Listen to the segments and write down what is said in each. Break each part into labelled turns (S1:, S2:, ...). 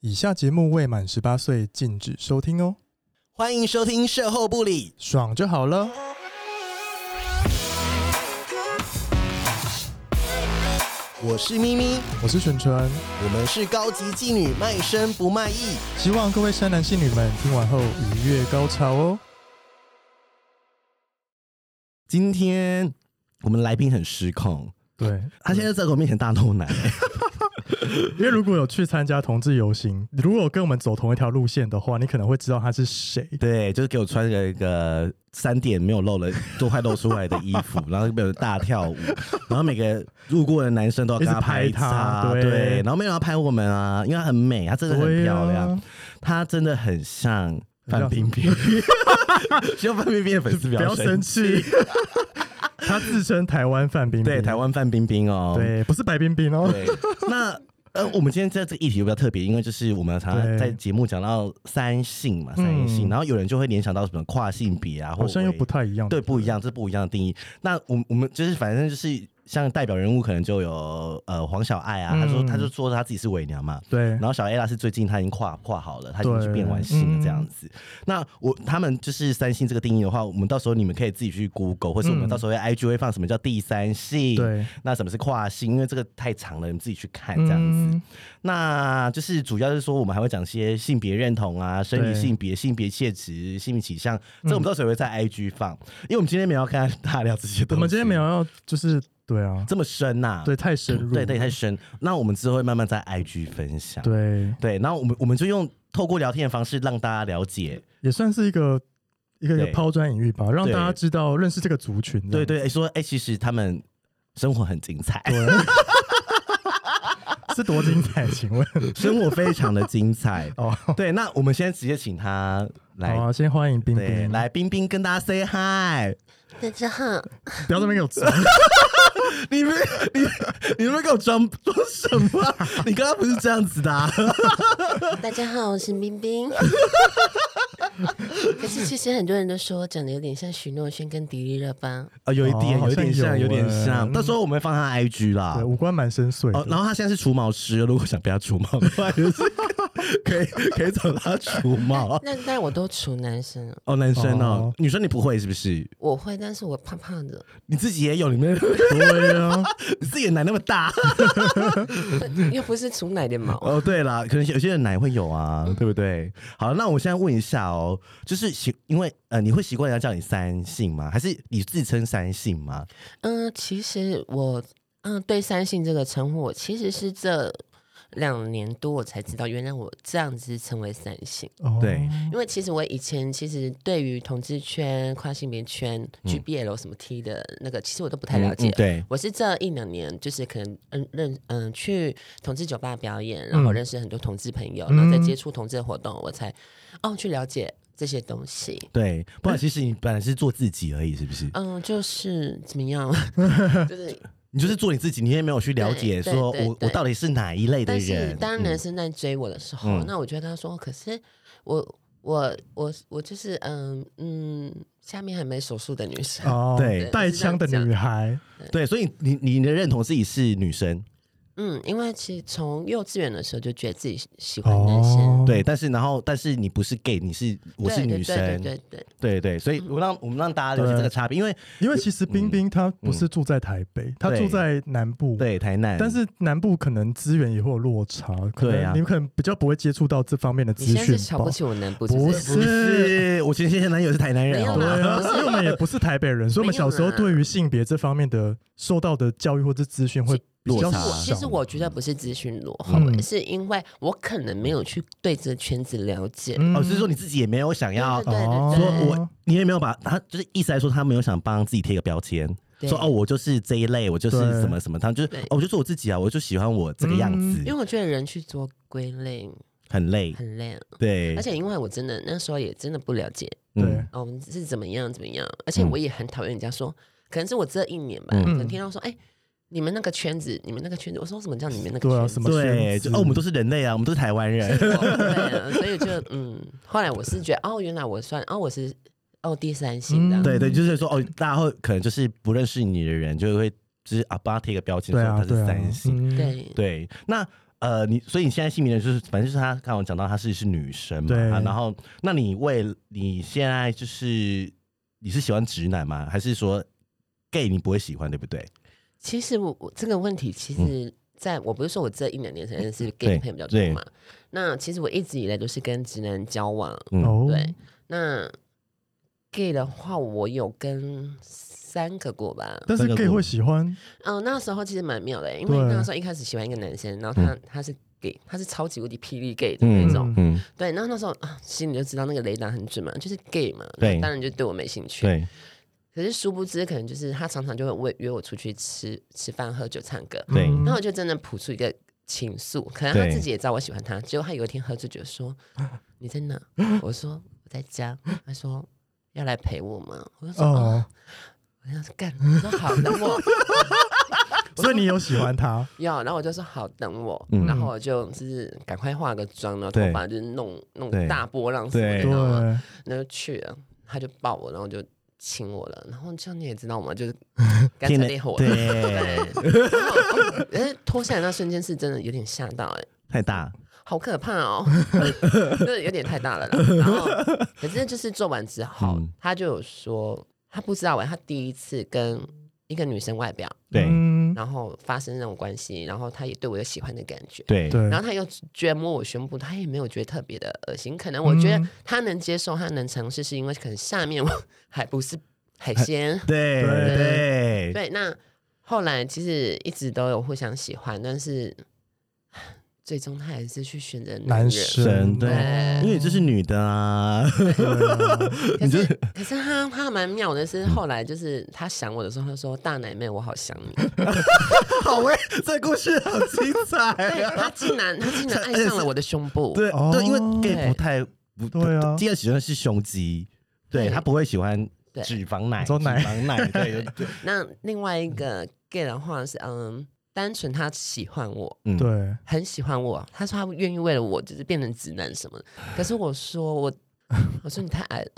S1: 以下节目未满十八岁禁止收听哦，
S2: 欢迎收听《售后不理》，
S1: 爽就好了。
S2: 我是咪咪，
S1: 我是纯纯，
S2: 我们是高级妓女，卖身不卖艺。
S1: 希望各位山男信女们听完后愉悦高潮哦。
S2: 今天我们来宾很失控，
S1: 对，
S2: 他现在在我面前大怒男，
S1: 因为如果有去参加同志游行，如果跟我们走同一条路线的话，你可能会知道他是谁。
S2: 对，就是给我穿了一个三点没有露了，都快露出来的衣 服，然后被我大跳舞，然后每个路过的男生都要跟他
S1: 一直拍
S2: 他，
S1: 他对
S2: 对，然后没有人要拍我们啊，因为她很美，她真的很
S1: 对
S2: 漂亮，
S1: 啊
S2: 她真的很像范
S1: 像
S2: 冰 冰， 希望范冰冰的粉丝
S1: 不要生气， 他自称台湾范冰冰，
S2: 对，台湾范冰冰哦，
S1: 对，不是白冰冰哦。
S2: 对，那呃，我们今天在这个议题比较特别，因为就是我们常常
S1: 对嗯
S2: 在节目讲到三性嘛，三性，然后有人就会联想到什么跨性别啊，或
S1: 好像又不太一样，
S2: 对不一样，这不一样的定义。那我们我们就是反正就是像代表人物可能就有呃黄小爱
S1: 嗯
S2: 啊，她说她就说她自己是伪娘嘛，
S1: 对
S2: 然，后小 A 拉是最近她已经跨跨好了，她已经去变完性了
S1: 嗯
S2: 这样子。那我他们就是三性这个定义的话，我们到时候你们可以自己去 Google，或是我们到时候会 IG 会放什么叫第三
S1: 嗯
S2: 性，
S1: 对，
S2: 那什么是跨性，因为这个太长了，你们自己去看这样子。
S1: 嗯
S2: 那就是主要是说我们还会讲些性别认同啊、生理
S1: 对嗯
S2: 性别、性别切值、性别倾向，这我们到时候也会在 IG 放，因为我们今天没有要跟大家聊这些东西，
S1: 我们今天没有要，就是对啊，
S2: 这么深呐、
S1: 对，太深入，
S2: 对对太深。那我们之后会慢慢在 IG 分享，
S1: 对，
S2: 对，然后我们我们就用透过聊天的方式让大家了解，
S1: 也算是一个一个一个
S2: 对
S1: 抛砖引玉吧，让
S2: 对
S1: 大家知道认识这个族群这
S2: 对
S1: 样。
S2: 对，诶说哎、诶其实他们生活很精彩，
S1: 对，是多精彩？请 问。
S2: 生活非常的精 彩
S1: 哦，
S2: 对，那我们现在直接请他来
S1: 好啊，先欢迎冰
S2: 哎对，
S1: 冰，
S2: 来冰冰跟大家 say hi。
S3: 大家好，
S1: 不要这么给我装，
S2: 你们你你们给我装装什么啊？ 你刚刚不是这样子的、啊，
S3: 大家好，我是 冰冰。可是其实很多人都说我长得有点像许诺轩跟迪丽热巴，
S2: 啊，有一点，
S1: 哦好像
S2: 有点像，
S1: 有
S2: 有点
S1: 欸
S2: 像。到时候我们会放他 IG 啦
S1: 对，。五官蛮深邃
S2: 哦，
S1: 的。
S2: 然后他现在是除毛师，如果想被他除毛的话，就是 可以可以找他除毛。
S3: 那那我都处男生，
S2: 哦，男生哦
S1: 哦，
S2: 女生你不会是不是？
S3: 我会，但是我胖胖的，
S2: 你自己也有，你们
S1: 对啊，
S2: 你自己的奶那么大。
S3: 又不是除奶的毛。
S2: 哦，对啦，可能有些人奶会有啊，对不对？好，那我现在问一下哦，就是习，因为呃，你会习惯人家叫你三姓吗？还是你自称三姓吗？
S3: 嗯，其实我嗯对三性这个称呼，我其实是这两年多我才知道，原来我这样子称为三性。
S1: 哦
S2: 对，
S3: 因为其实我以前其实对于同志圈、跨性别圈、GBL 什么 T 的那个，其实我都不太了
S2: 嗯
S3: 解。
S2: 嗯嗯对
S3: 我是这一两年，就是可能嗯认嗯去同志酒吧表演，然后认识很多同志朋友，然后再接触同志的活动，我才哦去了解这些东西。
S2: 对，不然其实你本来是做自己而已，是不是？
S3: 嗯，就是怎么样，就是
S2: 你就是做你自己，你也没有去了解
S3: 对
S2: 说
S3: 对对
S2: 我
S3: 对
S2: 我到底是哪一类的
S3: 但是
S2: 人。
S3: 当男生在追我的时候，那我就跟他说，可是我我我我就是嗯嗯，下面还没手术的女生。
S1: 哦，
S2: 对
S1: 带枪的女孩，
S2: 嗯对，所以你你的认同自己是女生，
S3: 嗯，因为其实从幼稚园的时候就觉得自己喜喜欢男生，
S1: 哦
S2: 对，但是然后但是你不是 gay，你是我是
S3: 对对
S2: 女生，
S3: 对对对
S2: 对对所以
S3: 嗯
S2: 我让我们让大家了解这个差别，因为
S1: 因为其实冰冰她不是住在台北，她住在南部，
S2: 嗯对台南，
S1: 但是南部可能资源也会有落差，可
S2: 对啊
S1: 能你们可能比较不会接触到这方面的资
S3: 你现在是
S1: 讯
S3: 瞧
S1: 吧
S3: 不。起我南部，
S1: 不
S3: 是？
S2: 不是我前现任男友是台南人，
S3: 没有
S2: 好吗？
S3: 啦
S1: 对啊，因为我们 也不是台北人，所以我们小时候对于性别这方面的受到的教育或者资讯会比较
S2: 落差
S3: 我其
S1: 少。
S3: 实我觉得不是资讯落后，
S1: 啊嗯
S3: 是因为我可能没有去对这个圈子了解。
S1: 嗯
S2: 哦，是说你自己也没有想要
S3: 对
S1: 哦
S3: 对
S2: 说
S3: 对，
S2: 我，你也没有把他，就是意思来说，他没有想帮自己贴个标签，
S3: 对
S2: 说哦，我就是这一类，我就是
S1: 对
S2: 什么什么，他就是
S3: 对嗯
S2: 哦，我就做我自己啊，我就喜欢我这个样子，
S3: 因为我觉得人去做归类
S2: 很累，
S3: 很累，
S2: 对嗯
S3: 而，且因为我真的那时候也真的不了解，
S1: 对啊
S3: 哦，我们是怎么样怎么样，而且
S1: 嗯
S3: 我也很讨厌人家说，可能是我这一年吧，
S2: 嗯
S3: 可能听到说，哎、你们那个圈子，你们那个圈子，我说什么叫你们那个
S1: 对啊
S3: 圈
S1: 什
S3: 子？
S1: 么
S2: 对，就哦，我们都是人类啊，我们都是台湾 人，
S3: 对啊，所以就嗯，后来我是觉得，哦，原来我算，哦，我是哦第三性的，
S1: 嗯
S2: 对对，就是说哦，大家会可能就是不认识你的人，就会就是啊，帮他贴个标签，
S1: 对
S2: 说
S1: 啊，
S2: 他
S1: 对
S2: 是
S1: 啊
S2: 三，星，
S1: 嗯，
S3: 对，
S2: 对，那。呃，你所以你现在姓名的就是，反正就是他刚刚我讲到她是是女生嘛，
S1: 对
S2: 啊然后那你为你现在就是你是喜欢直男吗？还是说 gay 你不会喜欢，对不对？
S3: 其实我我这个问题，其实在、我不是说我这一两年才认识
S2: 嗯对
S3: gay 朋友比较
S2: 对
S3: 多嘛，那其实我一直以来都是跟直男交往，
S2: 嗯
S1: 哦，
S3: 对，那 gay 的话，我有跟三个过吧。
S1: 但是
S2: 这个
S1: gay
S2: 我
S1: 会喜欢
S3: 嗯、那时候其实蛮妙的、欸因为
S1: 对
S3: 那时候一开始喜欢一个男生，然后他、他是 gay，他是超级无敌霹雳 gay 的
S2: 嗯
S3: 那种。
S2: 嗯，
S3: 对，然后那时候啊，心里就知道那个雷达很准嘛，就是 gay 嘛，
S2: 对
S3: 那当然就对我没兴趣。
S2: 对，
S3: 可是殊不知，可能就是他常常就会为约我出去吃吃饭、喝酒、唱歌，
S2: 对
S1: 嗯
S3: 然后我就真的谱出一个情愫。可能他
S2: 对
S3: 自己也知道我喜欢他，结果他有一天喝醉 酒说：“你在哪？”我说：“我在家。”他说：“要来陪我吗？”我就说：“
S1: 哦
S3: 哦。”我要干，我说好，等我
S1: 所以你有喜欢他，
S3: 要，然后我就说好，等我，
S2: 嗯
S3: 然后我就就是赶快化个妆，然后
S2: 对
S3: 头发就是弄弄
S2: 对
S3: 大波浪什么 的，
S2: 对
S1: 对
S3: 你知道吗然后就去了，他就抱我，然后就亲我了，然后就你也知道 嘛，就是干
S2: 天
S3: 脆
S2: 哪
S3: 烈火了，
S2: 对，
S3: 对，然后哦哎脱下来那瞬间是真的有点吓到、哎，
S2: 太大，
S3: 好可怕哦， 这有点太大了啦。然后，可是就是做完之后，
S2: 嗯
S3: 他就有说他不知道哎、他第一次跟一个女生外表，
S2: 对
S1: 嗯
S3: 然后发生那种关系，然后他也对我有喜欢的感觉。
S2: 对
S1: 对，
S3: 然后他又觉摸我胸部，他也没有觉得特别的恶心。可能我觉
S1: 嗯
S3: 得他能接受，他能尝试，是因为可能下面我还不是 海鲜。
S2: 对对
S3: 对，那后来其实一直都有互相喜欢，但是唉最终他还是去选择女
S1: 男
S3: 人
S1: 生
S2: 对
S1: 哦
S2: 因为你就是女的啊，
S1: 对啊
S3: 可是可是他他蛮妙的
S2: 嗯
S3: 是，后来就是他想我的时候，他说：“大奶妹，我好想你。
S2: 好哎， 这故事好精彩
S3: 对”
S2: 啊！
S3: 他竟然他竟然爱上了我的胸部。
S2: 对
S1: 哦
S2: 对，因为 gay 不太不
S1: 对啊
S2: 第二喜欢是胸肌，对
S3: 对
S2: 他不会喜欢
S3: 对
S2: 脂肪奶，
S1: 你
S2: 脂
S1: 说奶
S2: 肪奶， 对对，
S3: 那另外一个 gay 的话是，嗯，单纯他喜欢我，
S2: 嗯，
S1: 对，
S3: 很喜欢我。他说他愿意为了我就是变成直男什么的。可是我说 我，我说你太矮了，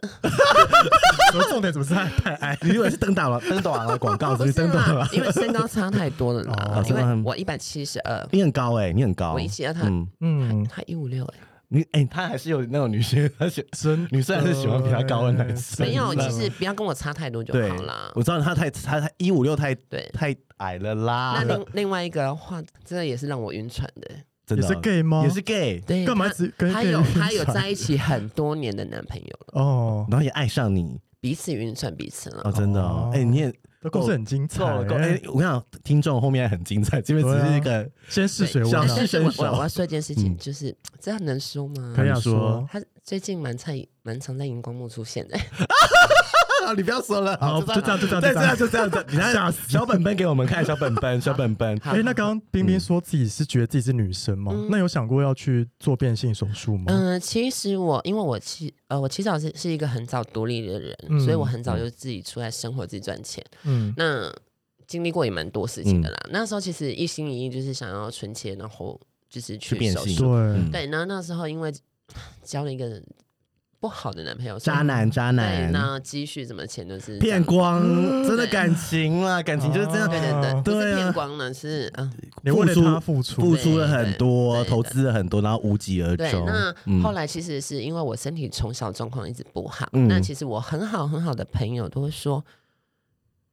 S1: 可是重点怎么是太太矮？
S2: 你以为是登岛了登岛的广告，是
S3: 哦不
S2: 不是
S3: 是
S2: 登岛
S3: 啦
S2: 了？，
S3: 因为身高差太多 了
S1: 哦
S3: 啦。因
S2: 真的很
S3: 为我一百七十二，
S2: 你很高哎，你很高，
S3: 我172他
S2: 嗯，
S1: 嗯，
S3: 他一五六，哎，
S2: 你哎，他还是有那种女生，他喜
S1: 真
S2: 女生还是喜欢比他高的男生，
S3: 没有，
S1: 真的
S3: 其实不要跟我差太多就
S2: 对
S3: 好啦，。
S2: 我知道他太他他一五六太
S3: 对。
S2: 太矮了啦
S1: 啊
S3: 那，另另外一个的话，真的也是让我晕船 的。
S2: 真
S1: 也
S2: 的哦
S1: 是 gay 吗？
S2: 也是 gay，
S3: 对，
S1: 干嘛
S3: 她
S1: 只跟
S3: 她
S1: 跟
S3: 有
S1: 人
S3: 她有
S1: 晕船
S3: 在一起很多年的男朋友了，
S1: 哦，
S2: 然后也爱上你
S3: 彼此晕船彼此了。
S2: 哦，真的哦
S1: 哦，
S2: 哎，你也
S1: 这故事很精彩欸
S2: 够了够了，哎，我跟你讲，听众后面很精彩，这边只
S1: 啊
S2: 是一个
S1: 先试水温
S2: 小
S1: 啊
S2: 事
S3: 但是我
S2: 伸手
S3: 我我要说一件事情，
S2: 嗯
S3: 就是这样能说吗？
S1: 可以啊
S2: 你说
S1: 说，
S3: 他最近蛮在蛮常在荧光幕出现的，
S2: 啊， 你不要说了，
S1: 好，就这样，就这样，
S2: 对，
S1: 就
S2: 这样，就这样，你
S1: 吓
S2: 看
S1: 死
S2: 小本本给我们看，小本本，小本本，
S3: 好
S1: 哎、那刚刚冰
S2: 嗯
S1: 冰说自己是觉得自己是女生吗？
S3: 嗯
S1: 那有想过要去做变性手术吗？
S3: 嗯、其实我因为我其呃我其实是是一个很早独立的人，
S1: 嗯
S3: 所以我很早就自己出来生活，自己赚钱。
S1: 嗯，
S3: 那经历过也蛮多事情的啦。那时候其实一心一意就是想要存钱，然后就是去
S2: 去变
S3: 手
S2: 性
S3: 术。
S2: 嗯
S1: 对，
S3: 对，那那时候因为交了一个不好的男朋友，所以
S2: 渣男，渣
S3: 对，
S2: 男，
S3: 那积蓄什么钱都是
S2: 骗光，真的
S3: 对
S2: 感情啦，感情就是这
S3: 这
S1: 哦
S2: 样，
S3: 样。对对对，不
S2: 对
S3: 是
S2: 啊
S3: 骗光了，是嗯，
S1: 你为了
S2: 付出
S1: 他付出，
S2: 付出了很多，
S3: 对对对
S2: 投资了很多，然后无疾而
S3: 对，
S2: 终。
S3: 那
S2: 嗯
S3: 后来其实是因为我身体从小状况一直不好，
S2: 嗯
S3: 那其实我很好很好的朋友都会说，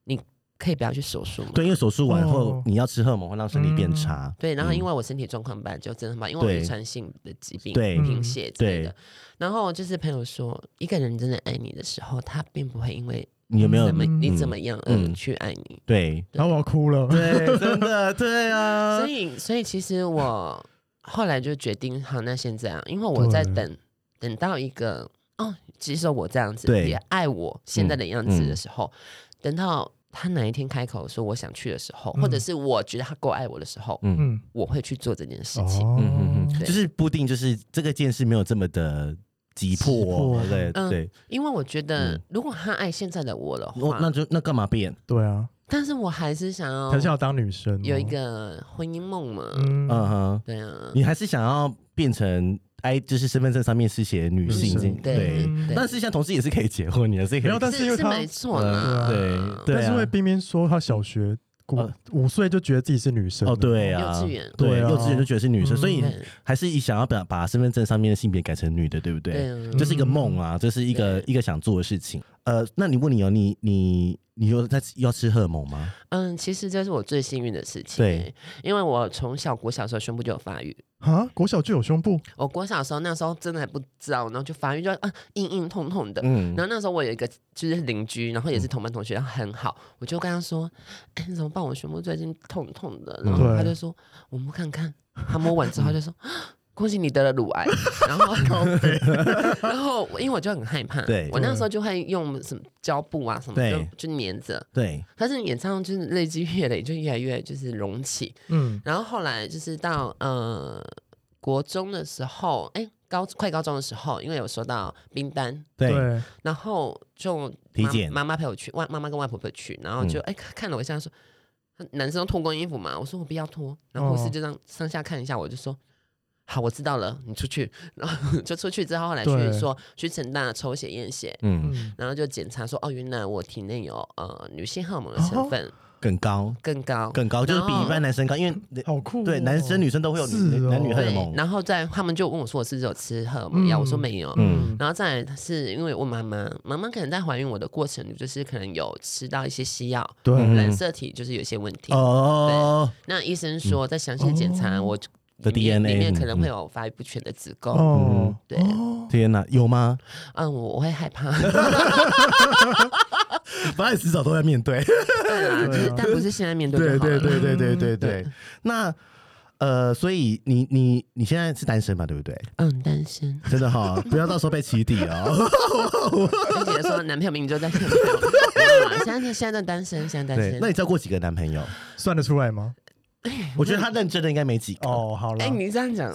S3: 你可以不要去手术嘛。
S2: 对，因为手术完后
S1: 哦，
S2: 你要吃荷尔蒙会让身体变差，
S3: 对然后
S2: 嗯
S3: 因为我身体状况本来就真的很不好，因为我
S2: 对
S3: 遗传性的疾病，
S2: 对
S3: 贫血之类
S2: 嗯
S3: 的。然后就是朋友说，一个人真的爱你的时候，他并不会因为
S2: 你有没有
S3: 怎？么
S2: 嗯
S3: 你怎么样而
S2: 嗯
S3: 去爱你。
S2: 对
S1: 然后我要哭了，
S2: 对，真的对啊
S3: 所，以，所以其实我 后来就决定，好，那先这样，因为我在
S1: 对
S2: 嗯
S3: 等，等到一个哦，接受我这样子，
S2: 对
S3: 也爱我现在的样子
S2: 嗯
S3: 的时候，等到他哪一天开口说我想去的时候，或者
S1: 嗯
S3: 是我觉得他够爱我的时候，
S2: 嗯
S1: 嗯，
S3: 我会去做这件事情。
S1: 哦，
S2: 嗯嗯嗯，
S3: 对
S2: 就是不定，就是这个件事没有这么的急
S1: 急
S2: 迫
S1: 迫，
S2: 对
S3: 嗯
S2: 对，
S3: 因为我觉得
S2: 嗯，哦
S3: 如果他爱现在的我的
S2: 我
S3: 话，
S2: 那就那干嘛变？
S1: 对啊，
S3: 但是我还是想
S2: 嗯
S3: 要
S1: 很想要当女生，哦
S3: 有一，个婚姻梦嘛。
S1: 嗯，
S2: 哦嗯哼，
S3: 对啊，
S2: 你还是想要变成 I，就是身份证上面是写女性
S1: 女
S2: 这
S1: 性
S2: 对
S3: 对。
S1: 嗯
S3: 对
S2: 但是像同事也是可以结婚，你还是可以
S1: 没有但是因为
S3: 是
S1: 他
S3: 没错
S2: 嗯
S3: 啦，
S2: 对对
S1: 但是
S2: 啊
S1: 因为冰冰说她小学古五岁就觉得自己是女生
S2: 哦，
S1: 了，
S2: 对啊，
S3: 幼稚园
S2: 对，
S1: 对啊
S2: 幼稚园就觉得是女生，所以
S3: 嗯
S2: 还是想要把把身份证上面的性别改成女的，对不
S3: 对
S2: 对？
S3: 啊
S2: 这是一个梦啊，这是一个一个想做的事情。呃，那你问你哦，你你你有在要吃荷尔蒙吗？
S3: 嗯，其实这是我最幸运的事情、
S2: 对
S3: 欸，因为我从小国小时候胸部就有发育，
S1: 啊，国小就有胸部，
S3: 我国小的时候那时候真的还不知道，然后就发育就啊硬硬痛痛的。
S2: 嗯
S3: 然，后那时候我有一个就是邻居，然后也是同班同学，他很好，我就跟他说：“哎、你怎么办？我胸部最近痛痛的。”然后
S1: 对
S3: 他就说：“我摸看看。”他摸完之后他就说：“恭喜你得了乳 癌。”然后，然后因为我就很害怕，
S2: 对
S3: 我那时候就会用什么胶布啊什么，
S2: 对
S3: 就就粘着。
S2: 对，
S3: 可是演唱就是累积越累，就越来越就是隆起。
S1: 嗯，
S3: 然后后来就是到呃国中的时候，哎、高快高中的时候，因为有收到冰单，
S2: 对，
S1: 对，
S3: 然后就
S2: 体
S3: 妈
S2: 检嗯
S3: 妈妈陪我去，外妈妈跟外婆陪我去，然后就哎、看看了我一下说，男生都脱光衣服嘛，我说我不要脱，然后护
S2: 哦
S3: 士就让上下看一下，我就说。好，我知道了，你出去，然后 就出去之后，后来去
S1: 对
S3: 说去成大抽血验血，
S2: 嗯，
S1: 嗯，
S3: 然后就检查说，哦，原来我体内有呃女性荷尔蒙的
S2: 哦
S3: 成分
S2: 更高
S3: 更高，
S2: 更高，就是比
S3: 然后
S2: 一般男生高，因为
S1: 好酷哦，
S2: 对男生女生都会有
S1: 是哦
S2: 男女荷尔
S3: 对
S2: 蒙，，
S3: 然后再他们就问我说我是不是有吃荷尔蒙
S1: 嗯
S3: 药，我说没有。
S1: 嗯
S2: 嗯
S3: 然后再来是因为我妈妈，妈妈可能在怀孕我的过程，就是可能有吃到一些西药，
S1: 对
S2: 嗯
S3: 染色体就是有一些问题。
S2: 哦，
S3: 那医生说再详细检查
S1: 哦
S3: 我
S2: 的
S3: 里面
S2: DNA
S3: 里面可
S2: 嗯
S3: 能会有发育不全的子宫。
S1: 哦，
S3: 对，
S1: 哦
S2: 天哪，有吗？
S3: 嗯，我我会害 怕，
S2: 反正迟早都在面对。
S3: 对
S2: 啊
S3: 啦，就是但不是现在面对就好 了。
S2: 对对对对对。那呃，所以你你你现在是单身嘛？对不对？
S3: 嗯，单 身。
S2: 真的哈，不要到时候被起底哦。
S3: 就姐说男朋友明明就在身边，没有啦啊现在现在单身，现在 单
S2: 对，嗯
S3: 身
S2: 那。你交过几个男朋友？
S1: 算得出来吗？
S2: 我觉得他认真的应该没几个。
S1: 哦，好了
S3: 哎、，你这样 讲，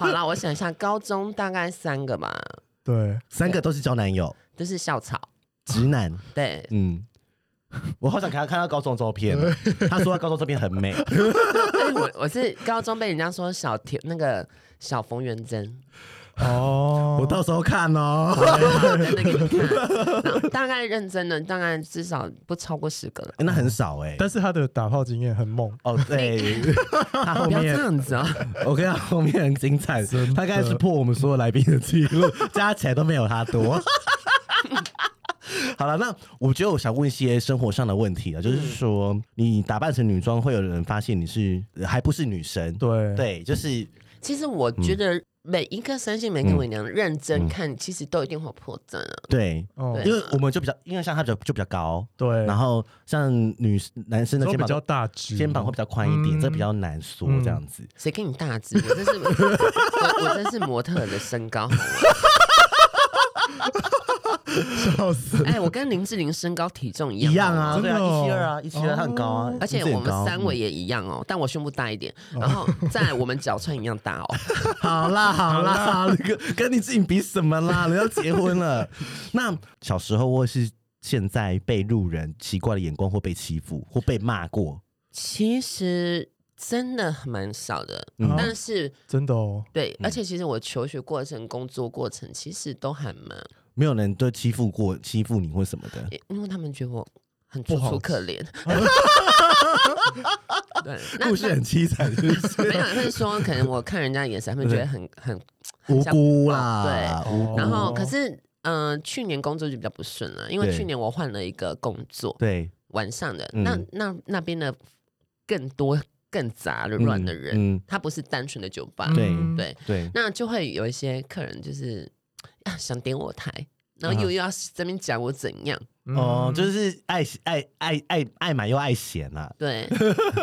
S3: 好啦，我想一下，高中大概三个吧，
S1: 对，
S2: 三个都是交男友，
S3: 就是校草，
S2: 直男。
S3: 对，
S2: 嗯，我好想看他看到高中的照 片哦。他说他高中照片很美，
S3: 因为哎我我是高中被人家说小田那个小冯元珍，
S1: 哦，
S2: 我到时候看哦。
S3: 真的给你看，然后大概认真的，大概至少不超过十个 了。
S2: 哎 那很少哎。
S1: 但是他的打炮经验很猛，
S2: 哦，对，他后
S3: 不要
S2: 面
S3: 这样子啊！
S2: 我跟他后面很精彩，
S1: 真的
S2: 他刚才是破我们所有来宾的记录，加起来都没有他多。 好了，那我觉得我想问一些生活上的问题啊，就是说你打扮成女装，会有人发现你是呃还不是女生？
S1: 对，
S2: 对，就是
S3: 其实我觉得每一个三性每个伪娘认真看，其实都一定会有破绽啊。
S2: 对，
S1: 哦，
S3: 对
S2: 因为我们就比较，因为像他比较就比较高，
S1: 对，
S2: 然后像女男生的
S1: 都
S2: 肩
S1: 比较
S2: 膀
S1: 大只，
S2: 肩 膀会比较宽一点，
S1: 嗯
S2: 这比较难缩这样子。
S3: 谁给你大 只？我这是我我这是模特儿的身高好吗？
S1: 较死，
S3: 哎，我跟林志玲身高体重一样
S2: 一样
S3: 好吗
S2: 啊，
S1: 真
S2: 对
S1: 的
S2: 啊，
S1: 哦
S2: 一七二啊，一七二，他很高啊
S1: 哦，
S3: 而且
S2: 你自己
S3: 我
S2: 很
S3: 们
S2: 高哦
S3: 三围也一样哦，但我胸部大一点，然后再来我们脚穿一样大 哦。
S2: 好啦好啦，跟跟你自己比什么啦？人家结婚了。那小时候或是现在被路人奇怪的眼光或被欺负或被骂过，
S3: 其实真的蛮少的，
S2: 嗯
S3: 但是
S1: 真的哦，
S3: 对，而且其实我求学过程、工作过程，其实都还蛮，
S2: 没有人都欺负过欺负你或什么的。
S3: 因因为他们觉得我很
S1: 不
S3: 楚
S1: 好
S3: 楚可 怜。对，那
S2: 故事很凄惨，是不是
S3: 没有，是说可能我看人家的眼神，他们觉得很很
S2: 无辜
S3: 对
S2: 啦，无辜
S3: 然后
S1: 哦
S3: 可是，嗯、去年工作就比较不顺了，因为
S2: 对
S3: 去年我换了一个工作，
S2: 对
S3: 晚上的，
S2: 嗯
S3: 那那那边的更多更杂的乱的人，
S2: 嗯
S3: 他不是单纯的酒吧，
S2: 对
S1: 嗯
S3: 对，
S2: 对
S3: 那就会有一些客人就是啊想点我台，然后
S2: 嗯
S3: 又又要这边讲我怎样，
S1: 嗯
S2: 哦，就是是爱爱爱爱爱买又爱嫌啊，
S3: 对，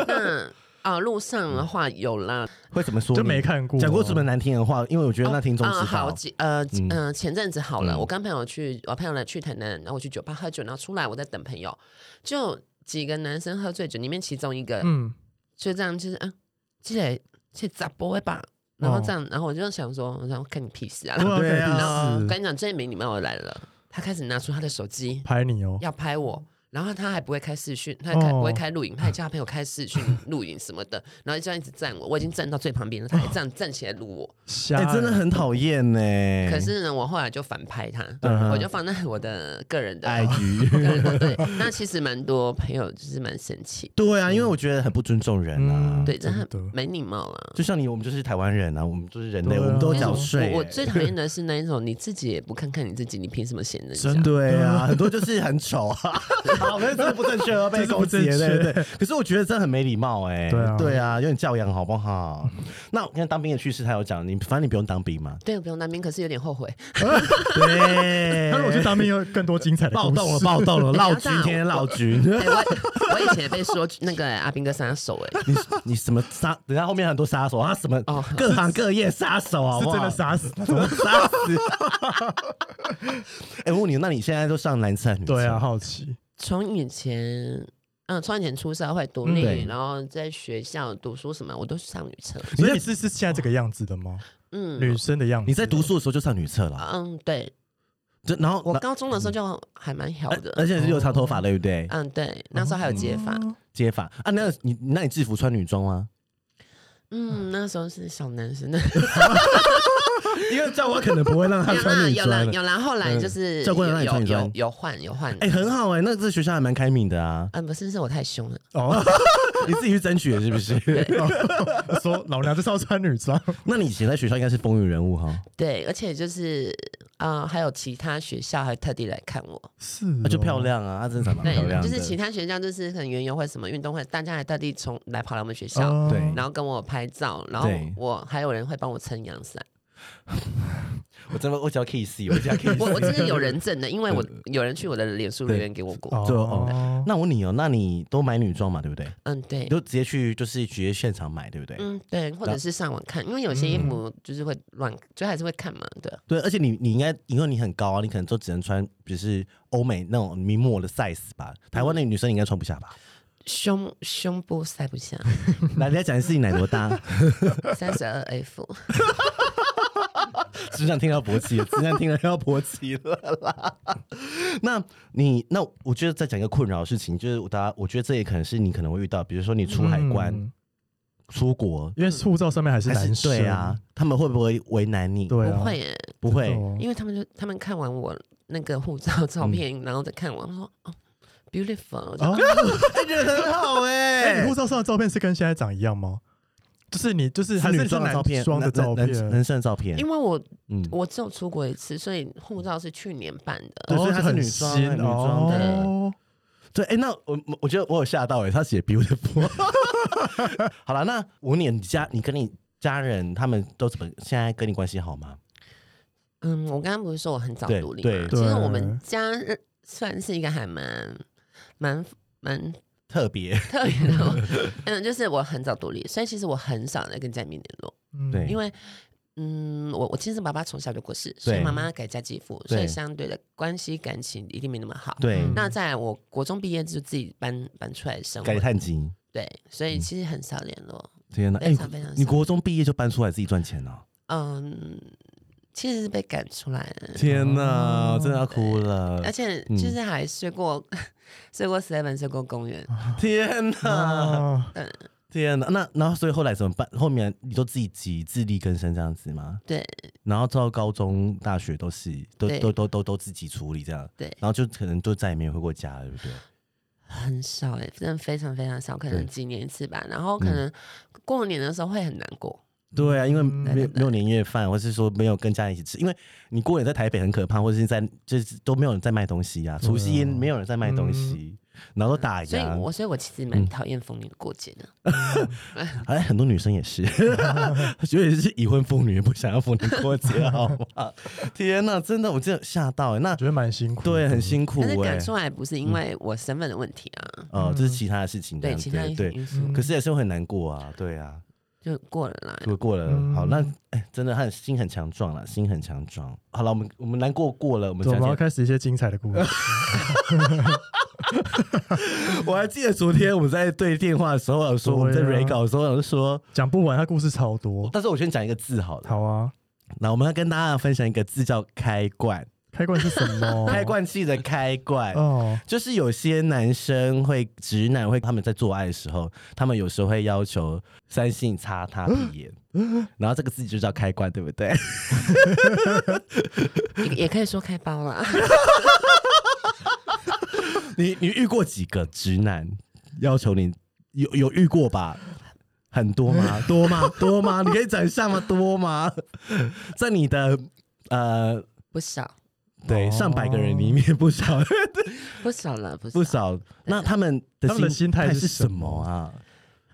S3: 那啊、路上的话有啦，
S2: 会怎么说你？
S1: 就没看过，
S2: 讲过什么难听的话，因为我觉得那听众
S3: 啊、
S2: 知
S3: 好
S2: 道。
S3: 几呃
S2: 嗯
S3: 嗯、呃前阵子好了，
S2: 嗯
S3: 我跟朋友去，我朋友来去台南，然后我去酒吧喝酒，然后出来我在等朋友，就几个男生喝醉酒，里面其中一个、
S1: 嗯，
S3: 就这样就是嗯，这个这咋不会吧？然后
S1: 哦
S3: 这样，然后我就想说，我想看你屁事啊！
S1: 对啊
S2: 对啊
S1: 干
S3: 然后
S1: 你屁
S3: 哦跟
S1: 事
S3: 你讲，最没礼貌的来了，他开始拿出他的手机
S1: 拍你哦，
S3: 要拍我，然后他还不会开视讯，他还开、不会开录影，他还叫他朋友开视讯录影什么的，然后就这样一直站我，我已经站到最旁边了，他还站、站起来撸我。
S1: 瞎
S2: 哎、
S1: 欸
S2: 真的很讨厌呢。
S3: 可是呢，我后来就反拍他，我就放在我的个人的
S2: IG
S3: 个人的对，那其实蛮多朋友就是蛮生气，
S2: 对啊，因为我觉得很不尊重人啊。
S1: 嗯
S3: 嗯对， 真的
S1: 真的
S3: 没礼貌啊。
S2: 就像你，我们就是台湾人啊，我们就是人类，
S1: 对啊
S2: 我们都
S1: 多
S2: 缴
S1: 缴
S2: 税、
S3: 我我最讨厌的是那一种你自己也不看看你自己，你凭什么嫌人家？。
S1: 真的
S2: 对 啊，很多就是很丑啊， 好，那这不正确哦，被
S1: 这是
S2: 攻
S1: 不
S2: 击
S1: 正
S2: 了，
S1: 确
S2: 对对对。可是我觉得真的很没礼貌哎、
S1: 对啊
S2: 对啊，有点教养好不好？ 那你看当兵的趣事，他有讲，你反正你不用当兵 嘛
S3: 对，我不用当兵，可是有点后悔。
S2: 对
S1: 他如果 去当兵，有更多精彩的
S2: 暴
S1: 哎故事。
S2: 动了，暴 动了，
S3: 哎
S2: 闹
S3: 等
S2: 剧
S3: 一下，
S2: 天天闹剧。
S3: 哎我我以前也被说那个阿兵哥杀手哎、
S2: 你你什么杀？等一下后面很多杀手，他什么
S3: 哦
S2: 各行各业杀手好
S1: 是
S2: 不好？
S1: 真的杀死那
S2: 怎
S1: 种。
S2: 么杀死？ 哎、我问你，那你现在都上男厕女厕？
S1: 对啊，，好奇。
S3: 从以前。嗯，从以前出社会独立，
S2: 嗯对
S3: 然后在学校读书什么，我都是上女厕。
S1: 所以你是是现在这个样子的吗？
S3: 嗯
S1: 女生的样子？
S2: 你在读书的时候就上女厕了，
S3: 嗯，对
S2: 这然后那嗯
S3: 我
S2: 呃
S3: 高中的时候就还蛮小
S2: 而
S3: 的，
S2: 而且是有长头发的，对不对？
S3: 嗯，对，那时候还有接发，
S2: 接发啊，那你那你制服穿女装吗？
S3: 嗯，那时候是小男生，
S2: 因为教官可能不会让他
S3: 有啦
S2: 穿女
S3: 有啦
S2: 装的。
S3: 有啦，后来
S2: 嗯
S3: 就是
S2: 教官让你
S3: 有
S2: 穿女装
S3: 有有换有换，，
S2: 哎、很好哎、那这学校还蛮开明的啊
S3: 嗯，不是是我太凶了，
S1: 哦，
S2: 你自己去争取的是不是？哦
S1: 说老娘就是要穿女装，
S2: 那你以前在学校应该是风云人物哈，
S3: 对，而且就是啊、呃还有其他学校还特地来看我，
S1: 是
S2: 啊、就
S1: 哦
S2: 漂。亮啊，她真的长得蛮漂亮
S3: 对，
S2: 的，
S3: 就是其他学校就是可能园游会什么运动会，大家还特地从来跑来我们学校。
S1: 哦
S2: 对
S3: 然后跟我拍照，然后
S2: 对
S3: 我还有人会帮我撑阳伞，
S2: 我真的我只要 kiss，我 只要 kiss。
S3: 我我真的有人证的，因为我
S2: 对
S3: 有人去我的脸书留言给我过，
S2: 就哦那我问你哦，那你都买女装嘛，对不对？
S3: 嗯，对
S2: 你，都直接去就是直接现场买，对不对？
S3: 嗯，对，或者是上网看，因为有些衣服就是会乱，就还是会看嘛，对。
S2: 对，而且你你应该因为你很高啊，你可能都只能穿，比如是欧美那种名模的 size 吧，台湾的女生应该穿不下 吧？
S3: 胸胸部塞不下，
S2: 来，你来讲一次你奶 多大？
S3: 三十二 F，
S2: 只想听到勃起了，只想听到要勃起了啦。 那你那我觉得再讲一个困扰的事情，就是我大家我觉得这也可能是你可能会遇到，比如说你出海关、
S1: 嗯
S2: 出国，
S1: 因为护照上面还是
S2: 嗯还
S1: 男
S2: 是
S1: 生。
S2: 对啊，，他们会不会为难你？
S1: 对啊，
S3: 不会耶，
S2: 不会。
S3: 因为他们就他们看完我那个 护照照
S2: 嗯
S3: 片，然后再看我，他说哦，beautiful，我就
S1: 哦，
S2: 哎，觉得很 好
S1: 哎，
S2: 哎
S1: 你护照上的照片是跟现在长一样吗？就是你，就是还
S2: 是
S1: 是
S2: 女装的
S1: 男
S2: 照片，
S1: 装的
S2: 男
S1: 照
S2: 男男男
S1: 片，
S2: 生的照片
S3: 因，为我
S2: 嗯，
S3: 我只有出国一次，所以护照是去年办的，
S2: 对所以
S1: 哦，
S2: 它是
S1: 很
S2: 女装
S1: 新
S2: 的女装的
S1: 哦。
S2: 对，哎，那我我觉得我有吓到哎，他写 beautiful。好了，那五年你家你跟你家人他们都怎么现在跟你关系好吗？
S3: 嗯，我刚刚不是说我很早
S2: 对
S3: 独立
S2: 对
S3: 嘛，其实
S1: 对
S3: 我们家呃算是一个还蛮蛮蛮
S2: 特别
S3: 特别的， 嗯，就是我很早独立，所以其实我很少在跟家里面联络。
S1: 嗯
S2: 对
S3: 因为嗯，我我亲生爸爸从小就过世，所以
S2: 对
S3: 妈妈改嫁继父，
S2: 对
S3: 所以相对的关系感情一定没那么好。
S2: 对
S1: 嗯
S3: 那在我国中毕业就自己搬搬出来生
S2: 改
S3: 活，
S2: 探金。
S3: 对，所以其实很少联络，
S2: 天呐，哎、
S3: 非常非常
S2: 你
S3: 少。
S2: 国中毕业就搬出来自己赚钱了、啊
S3: 嗯，其实是被赶出来的，
S2: 天
S3: 哦
S2: 呐，真的要哭了
S3: 而且就是还睡过、 睡过 seven，睡过公园，
S2: 天呐，
S1: 啊，
S2: 天呐，那然后所以后来怎么办？后面你都自己挤自力更生这样子吗？
S3: 对。
S2: 然后到高中、大学都是都
S3: 对
S2: 都都都都自己处理这样。
S3: 对
S2: 然后就可能就再也没有回过家了，对不对？
S3: 很少哎、真的非常非常少，可
S2: 对
S3: 能几年一次吧。然后可能过年的时候会很难过，
S2: 对啊，因为没有
S3: 嗯对对对
S2: 没有年夜饭，或是说没有跟家人一起吃，因为你过年在台北很可怕，或者是在就是都没有人在卖东西啊，除夕夜没有人在卖东西，然后都打
S3: 嗯所以
S2: 烊
S3: 我，所以我其实蛮讨厌逢年过节的。
S2: 哎，很多女生也 是，尤其是已婚妇女不想要逢年过节，好 吗？天哪，真的，我真的吓到、欸。那
S1: 我觉得蛮辛苦的。
S2: 对，很辛苦
S3: 但是
S2: 哎、
S3: 赶
S2: 欸。
S3: 出来不是因为我身份的问题啊，
S2: 哦，这是其他的事情，这
S3: 对
S2: 样
S3: 其
S2: 子
S3: 他
S2: 对
S3: 因
S2: 对。
S3: 因素
S1: 嗯
S2: 可是也是会很难过啊，对啊，
S3: 就过了啦。
S2: 过过了。
S1: 嗯
S2: 好，那哎、真的，他心很强壮了，心很强壮。好了，我们我们难过过了，我们
S1: 对我
S2: 讲
S1: 们要
S2: 讲。
S1: 开始一些精彩的 故事。
S2: 我还记得昨天我们在对电话的时候，有说我们在
S1: 对啊
S2: re 稿的时候，有说，
S1: 讲不完，他故事超多。
S2: 但是我先讲一个字好了。
S1: 好啊，
S2: 那我们要跟大家分享一个字叫开罐。
S1: 开罐是什么？
S2: 开罐器的开罐，
S1: 哦，
S2: 就是有些男生会直男会，他们在做爱的时候，他们有时候会要求三性擦他鼻 眼，然后这个字就叫开罐，对不对？
S3: 也也可以说开包啦。
S2: 你你遇过几个直男要求你有有遇过吧？很多 吗？多吗？多吗？你可以展现吗？多吗？在你的呃，
S3: 不少，
S2: 对，
S1: 哦
S2: 上百个人里面不少
S3: 不少了，不少。
S2: 不少，那他们的
S1: 他们的心态
S2: 态
S1: 是
S2: 是
S1: 什
S2: 什
S1: 么
S2: 么啊？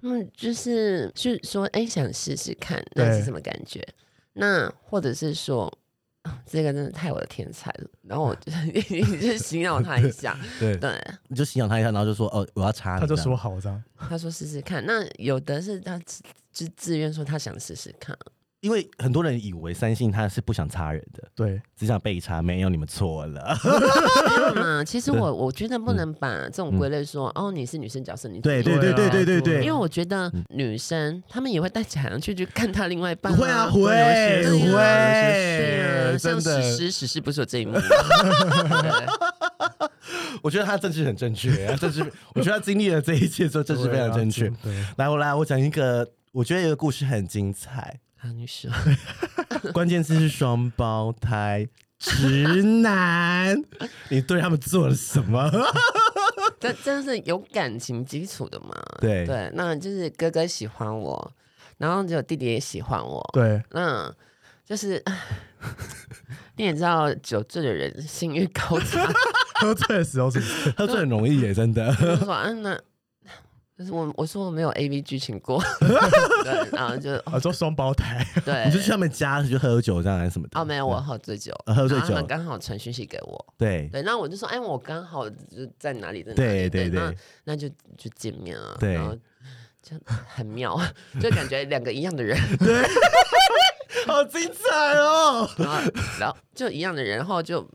S3: 嗯，就是是说，哎，想试试看，
S1: 对
S3: 那是什么感觉？那或者是说。啊这个真的太我的天才了，然后我就 就形容他一下，
S2: 对，
S3: 对，
S2: 你就欣赏他一下，然后就说哦，我要插你，
S1: 他就
S2: 这样
S1: 说好这样，
S3: 他说试试看。那有的是他自自自愿说他想试试看，
S2: 因为很多人以为三性他是不想插人的，
S1: 对，
S2: 只想被插，没有，你们 错了。
S3: 没有啦。其实我我觉得不
S2: 嗯
S3: 能把这种归类说，哦，你是女生角色，你
S2: 对
S3: 自己
S1: 对对对啊
S2: 对对对嗯
S3: 因为我觉得女生她们也会带假洋去去看她另外一半、
S2: 会啊会
S3: 对啊
S1: 有些
S3: 对啊，
S2: 会，
S3: 像
S2: 真
S3: 史
S2: 的，
S3: 诗，史诗不是有这 一幕吗？对
S2: 我觉得他政治很正确，他政治， 我觉得他经历了这一切之后，政治非常正确
S1: 对啊。真的
S2: 来，我来，我讲一个，我觉得有一个故事很精彩，
S3: 啊，你说，
S2: 关键字是双胞胎。直男，你对他们做了什么？
S3: 这真的是有感情基础的嘛？
S2: 对
S3: 对，那就是哥哥喜欢我，然后只有弟弟也喜欢我，
S1: 对，
S3: 那就是。 你也知道，酒醉的人性欲高涨，
S1: 喝醉的时候是不是
S2: 他最很容易耶，真的。
S3: 我 就说嗯、那，就是我我说我没有 A V 剧 情过，对，然后就
S1: 啊，做双胞胎，
S3: 对，
S2: 你就去他们家去喝酒这样还是什么的？
S3: 哦，没有，我喝醉酒，
S2: 啊喝醉
S3: 然后他
S2: 酒
S3: 们刚好传讯息给我，
S2: 对
S3: 对，那我就说，哎，我刚好就在哪里，在哪
S2: 对
S3: 里，
S2: 对
S3: 那
S2: 对，
S3: 那就就见面啊，
S2: 对
S3: 然后就很妙， 就感觉两个一样的人，
S2: 好精彩哦！
S3: 然后然后就一样的人，然后就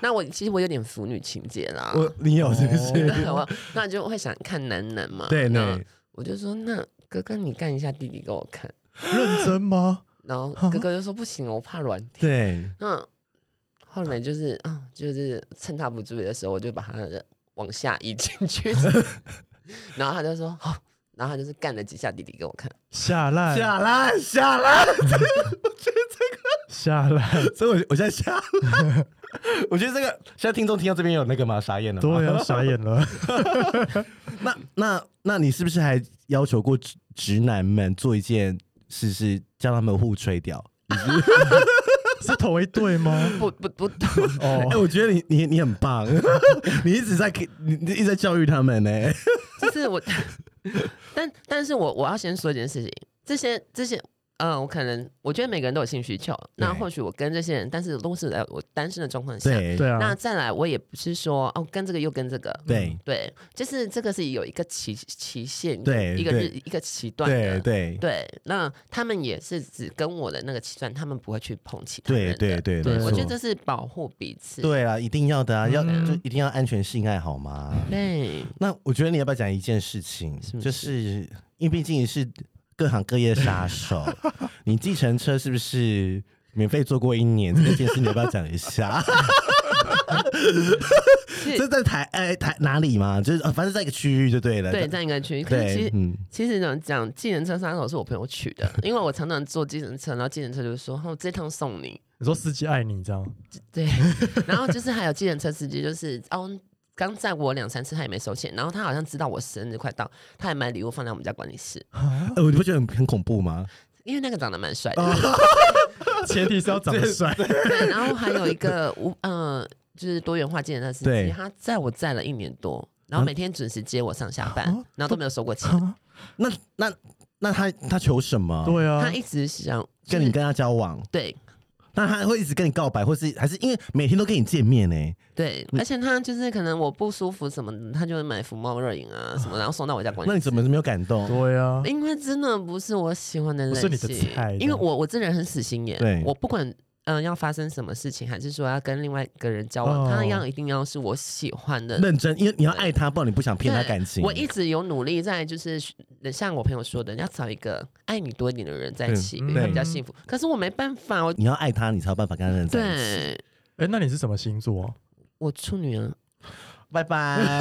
S3: 那我其实我有点腐女情节啦，
S2: 我你有是不
S1: 哦
S3: 对
S2: 是？
S3: 我那就会想看男男嘛，
S2: 对
S3: 那
S2: 对，
S3: 我就说那哥哥你干一下弟弟给我看，
S1: 认真吗？
S3: 然后
S2: 啊
S3: 哥哥就说不行，我怕软体，
S2: 对，
S3: 那后来就是啊、就是趁他不注意的时候，我就把他的往下移进去， 然后他就说好、然后他就是干了几下弟弟给我看，
S1: 下烂
S2: 下来下来，
S1: 下 烂，
S2: 所以我我现在下 来，我觉得这个现在听众听到这边有那个吗？傻眼了吗？
S1: 对啊，傻眼 了，
S2: 那那那你是不是还要求过直直男们做一件事，是将他们互吹掉？
S1: 是同一对吗？
S3: 不不不懂，
S2: 哎、
S1: 哦，
S2: 我觉得你你你很棒， 你一直在你你一直在教育他们呢、
S3: 就是我，但但是我我要先说一件事情，这些这些。嗯，我可能我觉得每个人都有性需求，那
S2: 对
S3: 或许我跟这些人，但是都是在我单身的状况下，
S2: 对
S1: 对
S3: 那
S1: 啊，
S3: 再来我也不是说哦跟这个又跟这个，
S1: 嗯
S2: 对
S3: 对，就是这个是有一个期期限，
S2: 对
S3: 一个
S2: 对
S3: 日一个期段的，
S2: 对对
S3: 对，那他们也是只跟我的那个计算，他们不会去碰其他人
S2: 对
S3: 的。
S2: 对对，
S1: 对
S2: 没
S3: 我觉得
S2: 错
S3: 这是保护彼此。
S2: 对啊，一定要的啊，要
S1: 嗯
S2: 就一定要安全性爱好吗？
S3: 对，
S2: 那我觉得你要不要讲一件事情，
S3: 是不
S2: 就是因为毕竟你是各行各业的杀 手，你计程车是不是免费做过一年？这件事你要不要讲一下？这在台哎台哪里嘛？就是呃反正在一个区域就对了。
S3: 对，这样一个区域。可是其
S2: 呃对
S3: 实，
S2: 嗯，
S3: 其实怎么讲，计程车杀手是我朋友取的，因为我常常坐计程车，然后计程车就说：“哦，这趟送你。
S1: 你说司机爱你这样，”
S3: 对，然后就是还有计程车司机，就是哦。刚载我两三次，他也没收钱。然后他好像知道我生日快到，他还买礼物放在我们家管理室，
S2: 哎我你不觉得很很恐怖吗？
S3: 因为那个长得蛮帅 的。
S2: 哦
S1: 前提是要长得 帅，
S3: 对，然后还有一个无呃，就是多元化建设司
S2: 对
S3: 机，他在我载了一年多，然后每天准时接我上下班，然后都没有收过钱。
S2: 那那那他他求什么？
S1: 对啊
S3: 他，一直想
S2: 跟你
S3: 就是
S2: 跟他交往，
S3: 对
S2: 那他会一直跟你告白，或是还是因为每天都跟你见面呢、
S3: 对，而且他就是可能我不舒服什么的，他就会买福猫热饮啊什么，然后送到我家管
S2: 那
S3: 理
S2: 你。怎么没有感动？
S1: 对 啊，
S3: 因为真的不是我喜欢的类型，
S1: 不是你的菜
S3: 因为我我这人很死心眼，
S2: 对
S3: 我不管嗯、呃要发生什么事情，还是说要跟另外一个人交往，
S1: 哦
S3: 他要一定要是我喜欢的
S2: 认真，因为你要爱他，不然你不想骗他
S3: 对
S2: 感情。
S3: 我一直有努力在，就是呃像我朋友说的，你要找一个爱你多一点的人在一起，
S1: 嗯
S3: 会比较
S1: 对
S3: 幸福。可是我没办法，我
S2: 你要爱他，你才有办法跟他认在一起。
S3: 对
S1: 哎、那你是什么星座啊？
S3: 我处女啊，
S2: 拜拜。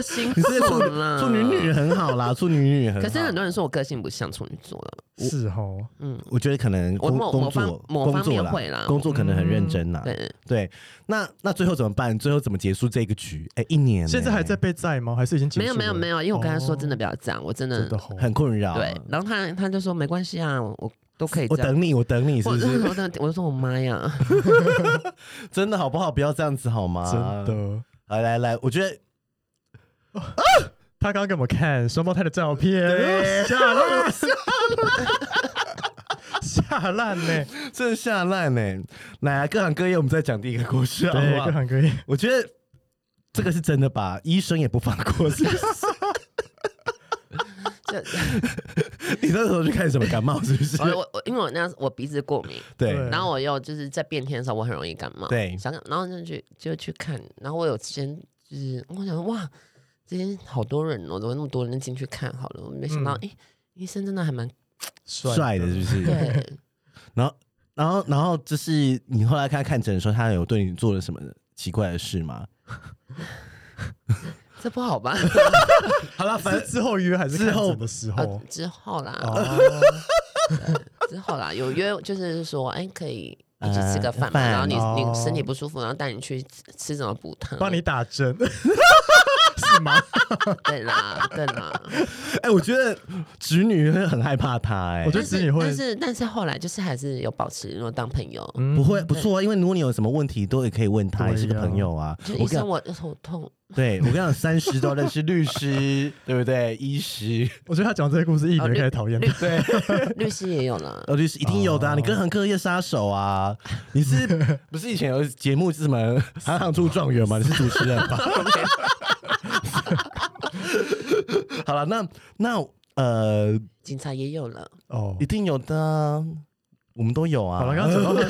S3: 辛
S2: 你是
S3: 苦
S2: 处女
S3: 了，
S2: 处女啊女很好 啦，处女女很好。
S3: 嗯可是很多人说我个性不像处女座了，
S1: 是哦，
S3: 嗯，
S2: 我觉得可能
S3: 我
S2: 工
S3: 某
S2: 工
S3: 某方
S2: 作
S3: 某
S2: 工
S3: 方
S2: 作
S3: 面
S2: 啦
S3: 会啦嗯
S2: 工作可能很认真啦。
S3: 对，
S2: 对，那那最后怎么办？最后怎么结束这个局？哎，一年
S1: 现在
S2: 欸
S1: 还在被在吗？还是已经结
S3: 没
S1: 束了
S3: 有没有没有，因为我跟他说真
S2: 哦
S3: 的不要这样，我真的
S1: 真的哦红，
S2: 很困扰。
S3: 对，然后他他就说没关系啊，我我都可以
S2: 我
S3: 这样。
S2: 等你，我等你，是
S3: 我
S2: 不是？
S3: 我 等我就说我妈呀，
S2: 真的好不好？不要这样子好吗？
S1: 真。的。
S2: 来来来，我觉得
S1: 他刚刚给我们看双胞胎的照 片，
S2: 对
S1: 哎吓烂，吓烂 呢。
S2: 真的下烂呢、来、啊，各行各业，我们再讲第一个故事好
S1: 对，
S2: 不
S1: 各
S2: 好？
S1: 行各业，
S2: 我觉得这个是真的吧，医生也不放过，是不是？
S3: 这？
S2: 你那时候去看什么感冒，是不是
S3: 我我因为我那时候我鼻子过敏，
S2: 哎对
S1: 对
S3: 然后我又就是在变天的时候我很容易感冒，
S2: 对
S3: 想然后就去就去看，然后我有先就是我想说哇，这边好多人哦，怎么那么多人进去看好了？我没想到，
S1: 嗯
S3: 哎、医生真的还蛮
S2: 帅的，是不是？
S3: 对，
S2: 然后，然后，然后就是你后来看看诊的时候，他有对你做了什么奇怪的事吗？
S3: 这不好吧？
S2: 好了，
S1: 是之后约还是
S2: 之
S1: 看
S2: 后
S1: 诊的时
S3: 啊
S1: 候？
S3: 之后啦，
S1: 哦，
S3: 之后啦，有约就是说，哎、可以一起吃个饭嘛，
S2: 呃
S3: 然后你、
S1: 饭
S3: 你
S1: 哦
S3: 身体不舒服，然后带你去吃吃什么补汤，
S1: 帮你打针 是吗？
S3: 对啦，对啦。
S2: 哎、我觉得侄女会很害怕他、哎，
S1: 我觉得
S3: 但
S1: 子
S3: 是
S1: 女会
S3: 但是但是后来就是还是有保持联络当朋友。
S1: 嗯
S2: 不会不错啊，因为如果你有什么问题，都也可以问他，
S1: 对呀
S2: 也是个朋友啊。
S3: 就
S2: 我
S3: 医
S2: 跟
S3: 生
S2: 你
S3: 我头痛，
S2: 对我跟你讲，三十都认识律师，对不对？医师，
S1: 我觉得他讲这些故事，一
S3: 哦
S1: 年
S3: 绿
S1: 开始讨厌
S3: 绿
S1: 他。
S2: 对，
S3: 律师也有啦。
S2: 呃，律师一定有的、啊。
S1: 哦
S2: 你跟《恒科业杀手》啊，你是不是以前有节目是什么《行行出状元》吗？你是主持人吧？ 好了，那那呃，
S3: 警察也有了，
S1: 哦
S2: 一，定有的啊，我们都有啊。
S1: 好了，刚刚讲 到他，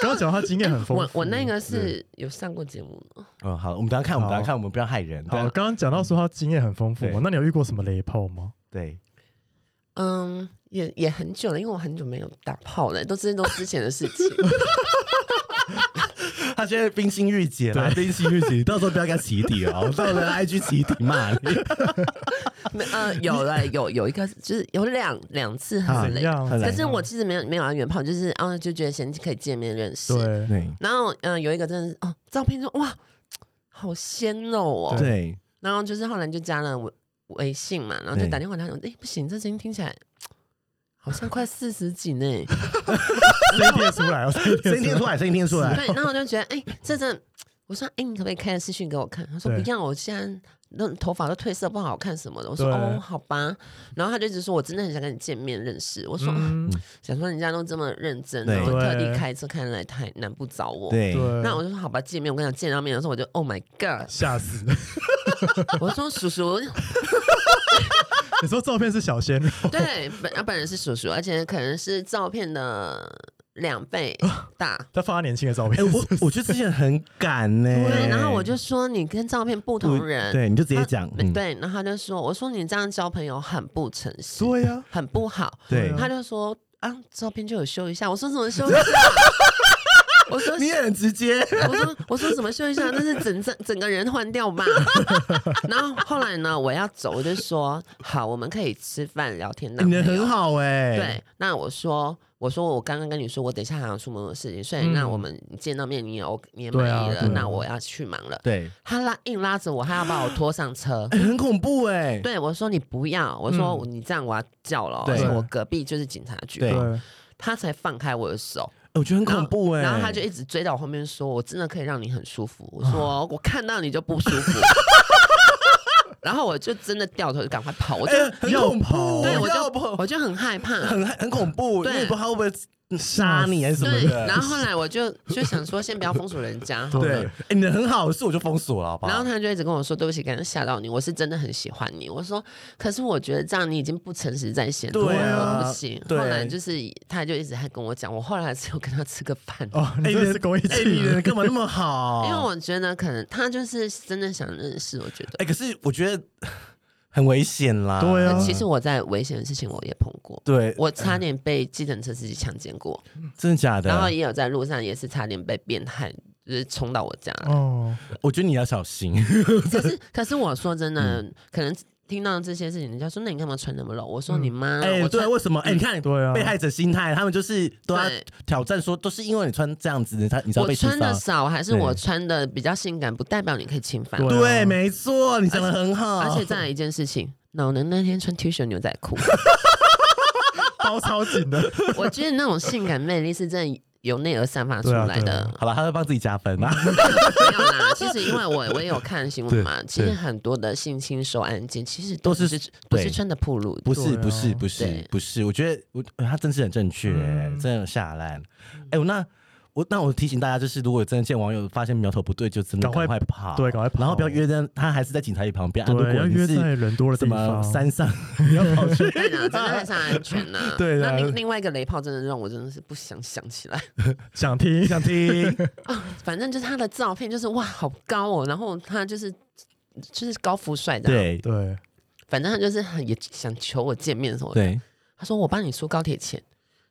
S1: 刚刚讲到他经验很丰富
S3: 我。我那个是有上过节目的，
S2: 嗯，好，我们等一下看，我们等一下看，我们不要害人。
S1: 好，
S2: 对啊
S1: 刚刚讲到说他经验很丰富嘛
S2: 对，
S1: 那你有遇过什么雷炮吗？
S2: 对，
S3: 嗯，也也很久了，因为我很久没有打炮了，都这些都之前的事情。
S2: 他现在冰心玉洁啦，冰心玉 洁，到时候不要给他起底哦，到时候 IG 起底骂你。
S3: 没呃，有了，有有一个就是有两两次很
S1: 怎
S3: 累，
S1: 样？
S2: 很累
S3: 啊可是我其实没有没有要原炮，就是啊就觉得先可以见面认识，
S1: 对，
S2: 对
S3: 然后嗯、呃有一个真的是哦照片就哇好鲜肉哦，
S2: 对，
S3: 然后就是后来就加了微微信嘛，然后就
S2: 对
S3: 打电话跟他说，哎、不行，这声音听起来好像快四十几呢。
S1: 声音贴出来哦，声音
S2: 声音
S1: 贴
S2: 听
S1: 出
S2: 出
S1: 来。
S2: 来，声音听出来。
S3: 对，然后我就觉得，哎、这阵我说，哎、你可不可以开个视讯给我看？他说
S1: 对
S3: 不要，我现在那头发都褪色，不好看什么的。我说
S1: 对
S3: 哦，好吧。然后他就一直说，我真的很想跟你见面认识。我说、啊
S1: 嗯，
S3: 想说人家都这么认真，
S2: 对
S3: 然后特
S1: 对
S3: 地开车开来台南不找我。
S2: 对，
S1: 对，
S3: 那我就说好吧，见面。我跟你讲，见到面的时候我就 Oh my God！
S1: 吓死。
S3: 我说叔叔，
S1: 你说照片是小鲜肉，
S3: 对，本啊他本人是叔叔，而且可能是照片的两倍大。
S1: 他放他年轻的照
S2: 哎、
S1: 片，
S2: 我我觉得之前很赶呢、
S3: 对，然后我就说你跟照片不同人，
S2: 对，你就直接讲，嗯
S3: 对，对，然后他就说，我说你这样交朋友很不诚实，
S2: 对呀、
S3: 很不好。
S2: 对
S1: 啊，
S3: 他就说啊，照片就有修一下。我说怎么修 一下？我说
S2: 你也很直接，
S3: 我说我说怎么修一下？那是整整整个人换掉吧。 然后后来呢，我要走，我就说好，我们可以吃饭聊天 的。
S2: 你的很好哎、
S3: 对，那我说，我说我刚刚跟你说，我等一下还要出门的事情，所以那
S1: 嗯
S3: 我们见到面，你也 OK，你也
S1: 对
S3: 满
S1: 啊
S3: 意了，
S1: 对啊
S3: 那我要去忙了。
S2: 对
S3: 他拉硬拉着我，他要把我拖上车。
S2: 哎很恐怖哎、
S3: 对我说你不要，我说你这样我要叫了哦，
S2: 对
S3: 而且我隔壁就是警察局
S2: 对
S3: 嘛，
S1: 对，
S3: 他才放开我的手，
S2: 我觉得很恐怖哎、
S3: 然后他就一直追到我后面说，我真的可以让你很舒服。
S2: 啊
S3: 我说我看到你就不舒服， 然后我就真的掉头就赶快跑，我就
S2: 哎、很恐怖，
S3: 对我
S2: 要
S3: 就
S2: 跑
S3: 我就很害怕，
S2: 很很恐怖，因
S3: 对嗯
S2: 为你不知道他会不会杀你还是什么
S3: 对，
S2: 的。
S3: 然后后来我就就想说，先不要封锁人家好
S2: 对，
S3: 了。
S2: 哎、你的很好，是我就封锁了，好不好？
S3: 然后他就一直跟我说：“对不起，刚刚吓到你，我是真的很喜欢你。”我说：“可是我觉得这样你已经不诚实在先，
S2: 对啊
S3: 我不行。”
S2: 对
S3: 后来就是他就一直还跟我讲，我后来还是有跟他吃个饭，
S1: 哦，你
S2: 哎
S1: 这
S2: 你
S1: 是公益
S2: 哎、你
S1: 气
S2: 人干嘛那么好？
S3: 因为我觉得可能他就是真的想认识，我觉得
S2: 哎、可是我觉得 很危险啦。
S1: 对啊
S3: 其实我在危险的事情我也碰过，
S2: 哎对，嗯
S3: 我差点被计程车司机强奸过，
S2: 真的假
S3: 然后
S2: 的？
S3: 也有在路上也是差点被变态就是冲到我家。
S1: 哦，
S2: 我觉得你要小心。
S3: 可是可是我说真的，
S2: 嗯
S3: 可能听到这些事情，人家说那你干嘛穿那么露？我说
S1: 嗯
S3: 你妈，
S2: 哎，
S3: 我
S2: 对，
S3: 穿嗯
S2: 为什么？哎，你看
S1: 对啊，
S2: 被害者心态，他们就是都要
S3: 对
S2: 挑战说，都是因为你穿这样子，他你才
S3: 我
S2: 被刺
S3: 穿
S2: 杀
S3: 的。少还是我
S2: 对
S3: 穿的比较性感，不代表你可以侵犯。
S1: 对啊
S2: 对，没错，你讲的很好。
S3: 而且再来一件事情，脑能那天穿 T 恤牛仔 裤，
S1: 包超紧的，
S2: 啊
S3: 我觉得那种性感魅力是真的由内而散发出来
S1: 对
S3: 的
S1: 啊。
S2: 好了，他会帮自己加分啊。
S3: 没有啦，其实因为我我也有看新闻嘛，其实
S2: 对
S3: 很多的性侵受案件其实
S2: 都
S3: 不
S2: 是
S3: 不
S2: 对
S3: 是穿的暴露的，
S2: 不是
S1: 对啊
S2: 不是不是
S3: 对
S2: 不是，我觉得我他真是很正确、
S1: 嗯
S2: 真的有下烂。哎、我那我那我提醒大家，就是如果真的见网友发现苗头不对，就真的
S1: 赶快
S2: 赶快跑，
S1: 对赶快跑
S2: 然后不要约在他还是在警察局旁边。啊、如
S1: 对，
S2: 果
S1: 要
S2: 你
S1: 约在
S2: 是
S1: 人多的地
S2: 什么
S1: 方。
S2: 山上，你要跑去。
S3: 对啦，真的 还是安全呐。
S2: 对啊啦
S3: 那另另外一个雷炮真的让我真的是不想想起来。
S1: 想听
S2: 想听，
S3: 反正就是他的照片，就是哇，好高哦，然后他就是就是高富帅的，，
S2: 对
S1: 对，
S3: 反正他就是很也想求我见面什么的。
S2: 对，
S3: 他说我帮你出高铁钱，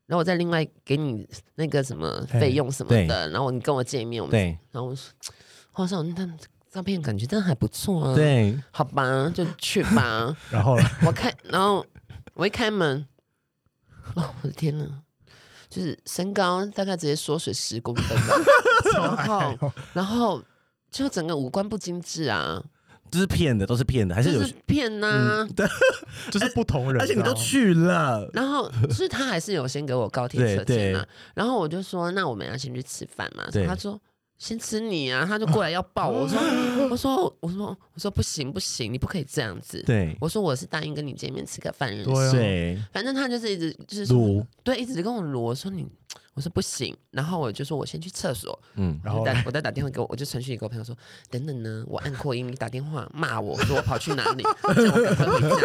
S3: 然后我再另外给你那个什么费用什么的，然后你跟我见面，我们
S2: 对
S3: 然后我说，我说那照片感觉真的还不错啊，，
S2: 对，
S3: 好吧，就去 吧。
S1: 然后啦
S3: 我开，然后我一开门，哦，我的天呐，就是身高大概直接缩水十公分 吧，然
S2: 哎
S3: 后然后就整个五官不精致啊，
S2: 就是骗的，都是骗的，还
S3: 就是
S2: 有。嗯
S3: 是骗呐、
S1: 就是不同人，
S2: 而且你都
S1: 然后
S2: 去了，
S3: 然后就是他还是有先给我高铁车
S2: 对
S3: 钱
S2: 对
S3: 啊，然后我就说那我们要先去吃饭嘛，
S2: 对
S3: 他说。先吃你啊！他就过来要抱我，我 说，我说，我说，我说不行不行，你不可以这样子。
S2: 对
S3: 我说我是答应跟你见面吃个饭认识，
S1: 对啊
S2: 对，
S3: 反正他就是一直就是说
S2: 撸，
S3: 对，一直跟我罗说你，我说不行，然后我就说我先去厕所，
S2: 嗯，
S1: 然
S3: 我
S1: 后
S3: 就打我再打电话给我，我就程序给我朋友说，等等呢，我按扩音，你打电话骂我说我跑去哪里，叫我赶快回 家。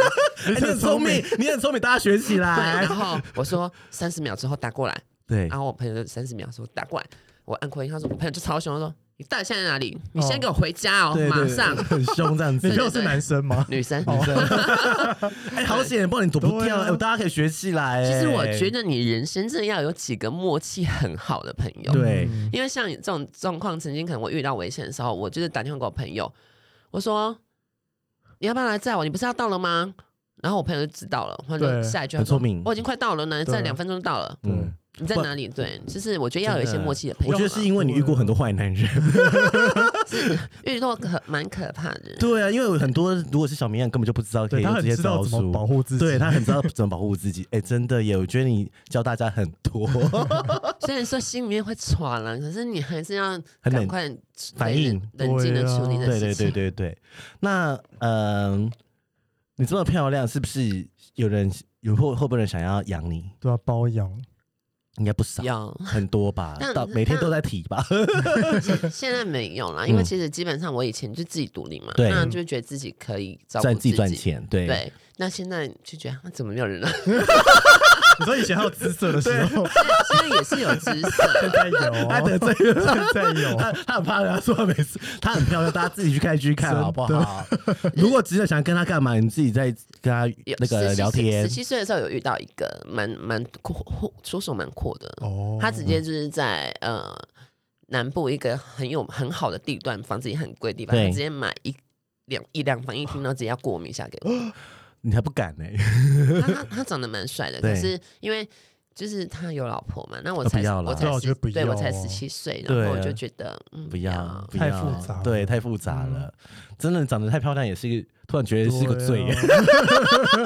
S2: 哎你很聪明，你很聪明，大家学起
S3: 对，
S2: 来
S3: 然。后我说三十秒之后打过来，
S2: 对
S3: 然后我朋友就三十秒说打过来，我按扩音，他说我朋友就超凶，他说你到底现在在哪里？你现在给我回家哦，
S2: 对，对哦
S3: 马上。
S2: 很凶这样子
S1: 你。朋友是男生吗？
S3: 女生，
S2: 哎、好险，不然你躲不
S1: 对
S2: 掉，
S1: 啊
S2: 哎、大家可以学起来、
S3: 其实我
S2: 哎
S3: 觉，得你人生真的要有几个默契很好的朋友。
S2: 对
S1: 嗯
S3: 因为像这种状况，曾经可能我遇到危险的时候，我就是打电话给我朋友，我说你要不要来载我？你不是要到了吗？然后我朋友就知道了，他就
S1: 对
S3: 下一句他
S2: 很聪
S3: 说
S2: 明
S3: 我已经快到了呢，
S1: 对
S3: 再
S1: 啊
S3: 两分钟就到了。
S1: 对
S2: 嗯，
S3: 你在
S2: 不
S3: 哪里？对，就是我觉得要有一些默契的朋友
S2: 我
S3: 嘛。
S2: 觉得是因为你遇过很多坏男人。
S3: 遇到可蛮可怕的人。
S2: 对啊，因为有很多如果是小绵羊，根本就不知道可
S1: 对
S2: 以
S1: 他
S2: 用
S1: 很
S2: 这些
S1: 知道
S2: 招
S1: 怎么保
S2: 数。
S1: 护自己，
S2: 对他很知道怎么保护自己，哎、真的耶！我觉得你教大家很 多，
S3: 虽然说心里面会喘了，可是你还是要
S2: 很
S3: 赶
S2: 冷
S3: 快
S2: 反应
S3: 对冷冷静的处理
S2: 对
S3: 的
S2: 对
S3: 事
S2: 对
S3: 情。
S2: 对对。那嗯、你这么漂亮，是不是有人有会会不会有人想要养你？
S1: 对啊，包 养
S2: 应该不少，
S3: 要
S2: 很多吧
S3: 但，
S2: 到每天都在提吧。
S3: 现现在没有啦，因为
S2: 嗯
S3: 其实基本上我以前就自己独立嘛，
S2: 对
S3: 那就觉得自己可以照顾
S2: 赚自己赚钱，对
S3: 对，那现在就觉得啊怎么没有 人了？
S1: 你说以前还有姿色的时候，
S3: 现在也是有姿色
S1: 现，在有
S2: 他
S1: 哦，
S2: 得罪人，
S1: 现在有，
S2: 啊他他很怕人家说他每次他很漂亮，大家自己去看去看
S1: 真的
S2: 好不好？如果只是想跟他干嘛，你自己再跟他
S3: 有
S2: 那个聊天
S3: 十，七岁的时候有遇到一个蛮蛮阔，出手蛮阔的，
S1: 哦，
S3: 他直接就是在呃南部一个很有很好的地段，房子也很贵的地方，
S2: 对
S3: 他直接买一。两一两房一厅，然后直接要过我名下给 我。
S2: 你还不敢呢？
S3: 他他他长得蛮帅的，
S2: 对
S3: 可是因为就是他有老婆嘛，那我
S2: 啊
S3: 才
S2: 不要啦
S3: 我
S1: 对
S3: 才
S1: 我觉得
S3: 十
S1: 不
S3: 对我才
S1: 要哦
S3: 十七岁，
S2: 对
S3: 然后我
S2: 啊
S3: 就觉得嗯
S2: 不要，不
S1: 太
S2: 要
S1: 复杂了
S2: 对，太复杂了。真的长得太漂亮也是一个，突然觉得是个罪耶。
S1: 对啊。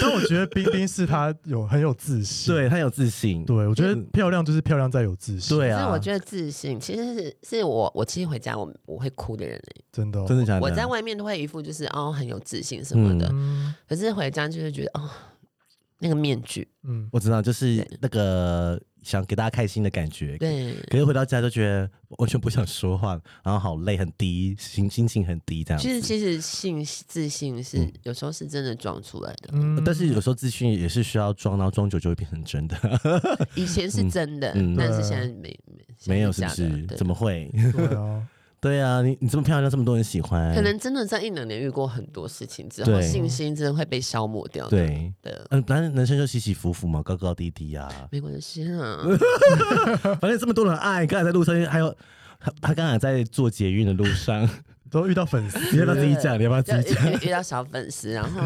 S1: 但我觉得冰冰是她有很有自信，
S2: 对他有自信，
S1: 对，我觉得
S2: 嗯
S1: 漂亮就是漂亮在有自信，
S2: 对
S3: 可是
S2: 啊
S3: 我，觉得自信其实是是我我其实回家我我会哭的人欸、
S1: 真的哦
S2: 真的假的？
S3: 我在外面都会一副就是哦很有自信什么的，
S1: 嗯
S3: 可是回家就是觉得哦那个面具，
S1: 嗯，
S2: 我知道，就是那个想给大家开心的感觉，
S3: 对
S2: 可是回到家就觉得完全不想说话，然后好累，很低，心心情很低这样子。
S3: 其实其实信自信是、
S2: 嗯
S3: 有时候是真的装出来的，
S1: 嗯
S2: 但是有时候资讯也是需要装，然后装久就会变成真的。
S3: 以前是真的，
S2: 嗯
S3: 但是
S1: 对啊
S3: 现在没没
S2: 没有是不
S3: 假的
S2: 是？
S3: 对
S2: 怎么会？
S1: 对啊，
S2: 对啊，你你这么漂亮，这么多人喜欢，
S3: 可能真的在一两年遇过很多事情之后，
S2: 对
S3: 信心真的会被消磨掉的。
S2: 对，
S3: 的，
S2: 嗯，男男生就起起伏伏嘛，高高低低啊，
S3: 没关系啊，
S2: 反正这么多人爱，刚才在路上还有。他他刚才在做捷运的路 上，
S1: 都遇到粉丝，
S2: 你要不要自己讲？你要不要
S3: 就
S2: 自己讲？
S3: 遇遇遇到小粉丝，然后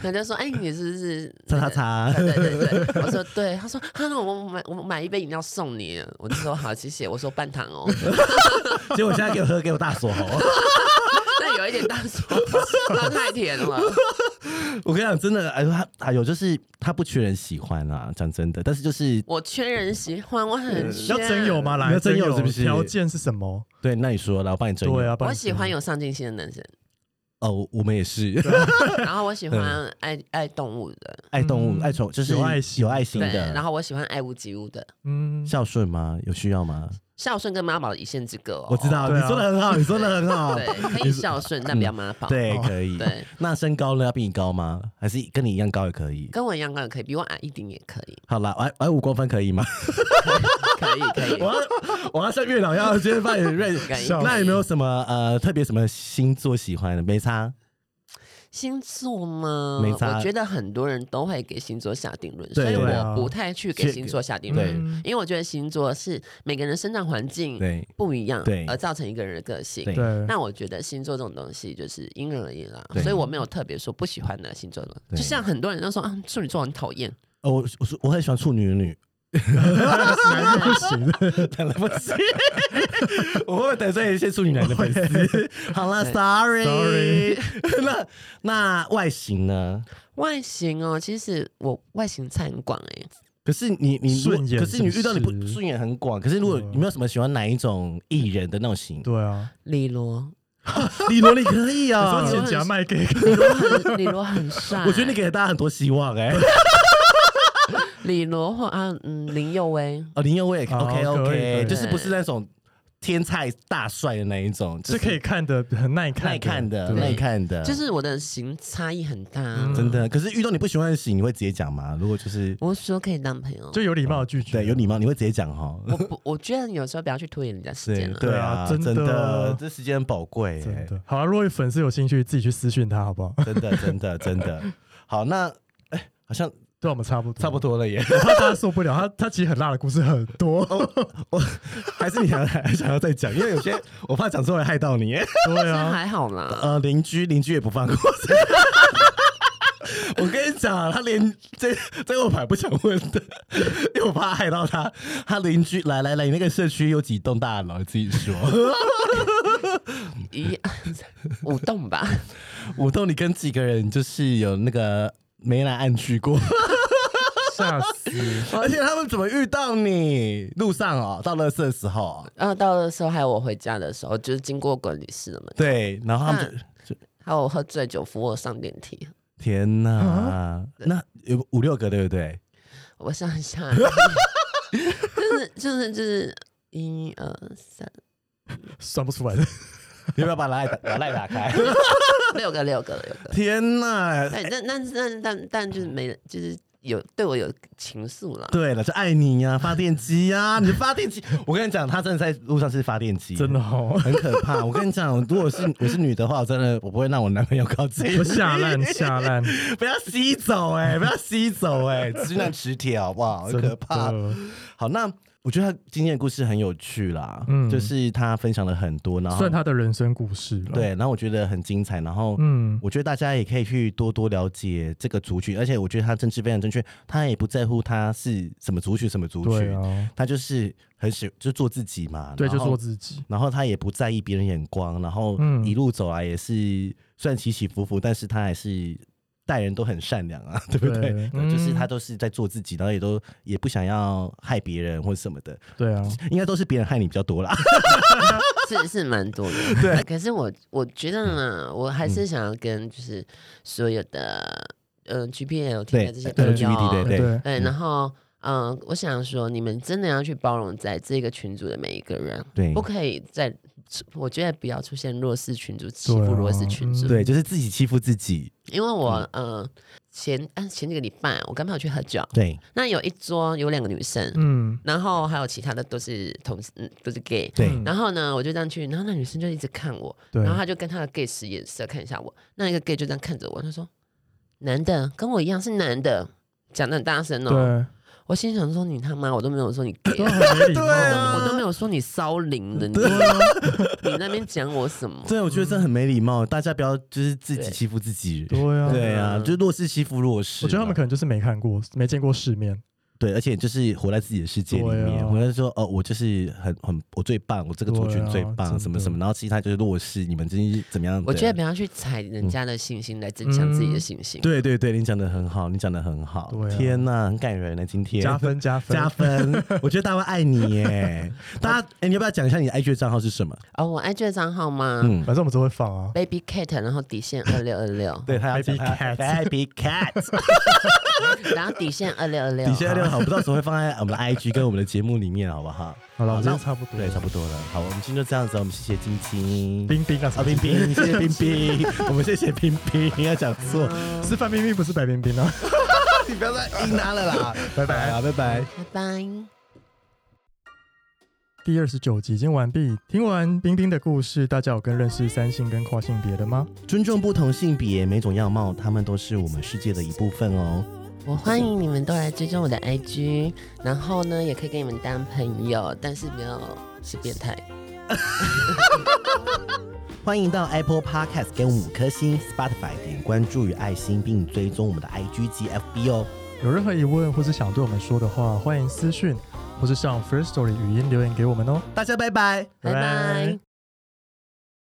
S3: 他就说：“哎，你是不是
S2: 擦擦擦，
S3: 对对对对，我说对，他说啊，那我我买我买一杯饮料送你，我就说好，谢谢，我说半糖哦，
S2: 结果现在给我喝，给我大锁喉。
S3: 那有一点大说， 那太甜了，
S2: 我跟你讲，真的，哎，他还有就是他不缺人喜欢啦，讲真的，但是就是
S3: 我缺人喜欢，我很缺，
S1: 要真有？吗？
S2: 你
S1: 来，
S2: 要真有是不是
S1: 条件是什么？
S2: 对，那你说了，我帮你争。
S1: 对啊，不然
S3: 我喜欢有上进心的 男生，
S2: 哦，我们也是
S3: 然后我喜欢
S2: 嗯
S3: 爱爱动物的，
S2: 爱动物、
S1: 嗯
S2: 爱宠，就是
S1: 有爱心
S2: 有爱心
S3: 对，
S2: 的。
S3: 然后我喜欢爱屋及乌的，
S1: 嗯，
S2: 孝顺吗？有需要吗？
S3: 孝顺跟妈宝一线之隔哦，
S2: 我知，道，
S1: 对
S2: 你
S1: 啊
S2: 说的很好，你说的很好。
S3: 对，可以孝顺，但不要妈宝，
S2: 对，可以。
S3: 对，
S2: 那身高呢？要比你高吗？还是跟你一样高也可以？
S3: 跟我一样高也可以，比我矮一点也可 以，
S2: 好啦，我矮五公分可以吗？
S3: 可以可 以
S2: 我，要我要像月老一样，今天扮演 瑞
S3: 可以。
S2: 那有没有什么呃特别什么星座喜欢的？没差，
S3: 星座吗？
S2: 没差
S3: 我觉得很多人都会给星座下定论，
S2: 对
S3: 所以
S2: 对
S1: 啊
S3: 我不太去给星座下定论，
S2: 对
S1: 嗯
S3: 因为我觉得星座是每个人生长环境
S2: 对
S3: 不一样
S2: 对，
S3: 而造成一个人的个性。
S2: 对
S1: 对，
S3: 那我觉得星座这种东西就是因人而异啦，
S2: 嗯对
S3: 所以我没有特别说不喜欢的星座了。
S2: 对
S3: 就像很多人都说啊，处女座很讨厌，
S2: 哦，我我说我很喜欢处女女，
S1: 那不行，
S2: 等了不起， 我会不会得罪一些处女男的粉丝？ 好了
S3: 对
S2: ，sorry。
S1: Sorry
S2: 那那外形呢？
S3: 外形哦，其实我外形菜很广哎、
S2: 可是你你如果
S1: 顺眼
S2: 可是你遇到你不
S1: 是不是
S2: 顺眼很广。可是如果
S1: 嗯
S2: 你没有什么喜欢哪一种艺人的那种型，
S1: 对啊，
S3: 李罗，
S2: 李 罗你可以
S1: 你说
S2: 啊，
S1: 钱夹卖 给
S3: 李罗很李罗很帅，
S2: 我觉得你给了大家很多希望哎。
S3: 李罗或啊嗯林宥威，
S2: 哦，林宥威
S1: 哦
S2: OK
S1: 可以可
S2: OK，
S1: 以
S2: 就是不是那种天菜大帅的那一种，就是
S1: 可以看的，很耐看，
S2: 耐看的，
S1: 对
S2: 耐看的，
S3: 就是我的型差异很大、
S1: 嗯
S2: 真的。可是遇到你不喜欢的型，你会直接讲吗？如果就是啊
S3: 我说可以当朋友，
S1: 就有礼貌的拒绝，
S2: 对有礼貌，你会直接讲哈？
S3: 我不，我觉得有时候不要去拖延人家时
S2: 对
S3: 间了。
S1: 对啊
S2: 啊，
S1: 真的
S2: 的，这时间很宝贵，
S1: 真的。好了，如果有粉丝有兴趣，自己去私讯他好不 好？
S2: 真的，真的，真 的。好，那哎，好像
S1: 对我们差不多，
S2: 差不。多了 耶。
S1: 我怕大家受不了，他他其实很辣的故事很多，
S2: 还是你想还想要再讲？因为有些我怕讲出来害到你。
S1: 对
S3: 那
S1: 啊，
S3: 还好啦，
S2: 呃，邻居邻居也不放过。我跟你讲，他连这这我还不想问 的，因为我怕害到他。他邻居来来来，你那个社区有几栋大楼？你自己说，嗯
S3: 一 舞动吧，
S2: 五栋你跟几个人就是有那个眉来暗去过？
S1: 吓死！
S2: 而且他们怎么遇到你？路上哦，到垃圾的时候哦，
S3: 然后到的时候还有我回家的时候，就是经过管理室的门，
S2: 对，然后他们就、
S3: 还有我喝醉酒扶我上电梯，
S2: 天哪，那有五六个对不对？
S3: 我想 一下，就是就是就是一二三
S1: 算不 出来的，
S2: 你要不要把 赖打把赖打开？
S3: 六个六个六个，
S2: 天哪！
S3: 但但但但但但就是没人就是有对我有情愫啦。
S2: 对了，就爱你呀、发电机呀、你的发电机，我跟你讲，他真的在路上是发电机，
S1: 真的 哦，
S2: 很可怕。我跟你讲，如果是我是女的话，我真的我不会让我男朋友靠近
S1: 我，下烂下烂，
S2: 不要吸走哎、不要吸走哎、直男磁铁好不 好？很
S1: 真
S2: 可怕。
S1: 的
S2: 好，那我觉得他今天的故事很有趣啦，
S1: 嗯
S2: 就是他分享了很多，然后
S1: 算他的人生故事了。，
S2: 对，然后我觉得很精彩，然后
S1: 嗯，
S2: 我觉得大家也可以去多多了解这个族群，而且我觉得他政治非常正确，他也不在乎他是什么族群什么族
S1: 对
S2: 群，
S1: 啊，
S2: 他就是很喜就做自己嘛，
S1: 对，就
S2: 然
S1: 做
S2: 后
S1: 自己，
S2: 然后他也不在意别人眼光，然后
S1: 嗯
S2: 一路走来也是、虽然起起伏伏，但是他还是待人都很善良啊， 对不对？
S1: 对
S2: 对就是
S1: 嗯
S2: 他都是在做自己，然后也都也不想要害别人或什么的，
S1: 对啊，
S2: 应该都是别人害你比较多啦。
S3: 是是蛮 多的，对。可是我我觉得呢，我还
S2: 嗯
S3: 是想要跟就是所有的嗯 G P L 听
S2: 对
S3: 的这些
S2: 对
S3: 朋友
S2: ，LGBT 对
S3: 啊，
S2: 对
S1: 对
S3: 对，然后嗯，我想说，你们真的要去包容在这个群组的每一个人，
S1: 嗯
S2: 对
S3: 不可以在，我觉得不要出现弱势群组欺负
S1: 对啊
S3: 弱势群组，
S1: 嗯
S2: 对，就是自己欺负自己，
S3: 因为我嗯。前啊前几个礼拜，我跟朋友去喝酒，
S2: 对
S3: 那有一桌有两个女生，
S1: 嗯，
S3: 然后还有其他的都是同事，嗯都是 gay。
S2: 对
S1: 嗯
S3: 然后呢，我就这样去，然后那女生就一直看我，
S1: 对
S3: 然后她就跟她的 gay 使眼色看一下我，那一个 gay 就这样看着我，他说：“男的跟我一样是男的。”讲的很大声哦，
S1: 对，
S3: 我心想说你他妈，我都没有 说你 gay，
S1: 都很没礼貌
S2: 对啊
S1: 的。
S3: 我都没有说你骚灵的，你 你那边讲我什么？
S2: 对，我觉得这很没礼貌，大家不要就是自己
S3: 对
S2: 欺负自己。
S1: 对啊，
S2: 对啊，就弱势欺负弱势啊。
S1: 我觉得他们可能就是没看过，没见过世面。
S2: 对，而且就是活在自己的世界里
S1: 对
S2: 面，
S1: 啊
S2: 活在说哦，我就是很很我最棒，我这个族群
S1: 对
S2: 最
S1: 啊
S2: 棒，
S1: 真的
S2: 什么什么，然后其他就是弱势，你们真是怎么样的？
S3: 我觉得不要去踩人家的信心来增强自己的信心。
S2: 对对对，你讲的很好，你讲的很好，
S1: 对啊
S2: 天呐，很感人呢，今天
S1: 加分加分
S2: 加分，我觉得大家会爱你 耶，大家哎，你要不要讲一下你的 IG 的账号是什么？
S3: 哦，我 IG 的账号吗、
S2: 嗯，
S1: 反正我们都会放啊。
S3: b a b y Cat，然后底线二六二 六，
S2: 对，他要讲
S1: Baby cat
S2: Baby Cat，
S3: 然后底线二六二六，
S2: 底下六好，不知道怎么会放在我们的 IG 跟我们的节目里面，好不好？
S1: 好了，我觉
S2: 那
S1: 得差不多。
S2: 对，差不多了。好，我们今天就这样子，我们谢谢晶 晶。
S1: 冰冰啊，
S2: 啊，冰冰，谢谢冰冰， 我们谢谢冰冰，要讲错，
S1: 是范冰冰，不是白冰 冰啊。
S2: 你不要再硬拉了啦，
S1: 拜拜
S2: 好拜拜。
S3: 拜拜。
S1: 第二十九集已经完毕。听完冰冰的故事，大家有更认识三性跟跨性别的吗？
S2: 尊重不同性别，每种样貌，他们都是我们世界的一部分哦。
S3: 我欢迎你们都来追踪我的 IG，然后呢，也可以跟你们当朋友，但是不要是变态。
S2: 欢迎到 Apple Podcast 给我们五颗星，Spotify 点关注与爱心，并追踪我们的 IG 及 FB 哦。
S1: 有任何疑问或是想对我们说的话，欢迎私讯或是上 First Story 语音留言给我们哦。
S2: 大家拜拜。
S3: 拜
S1: 拜拜
S3: 拜。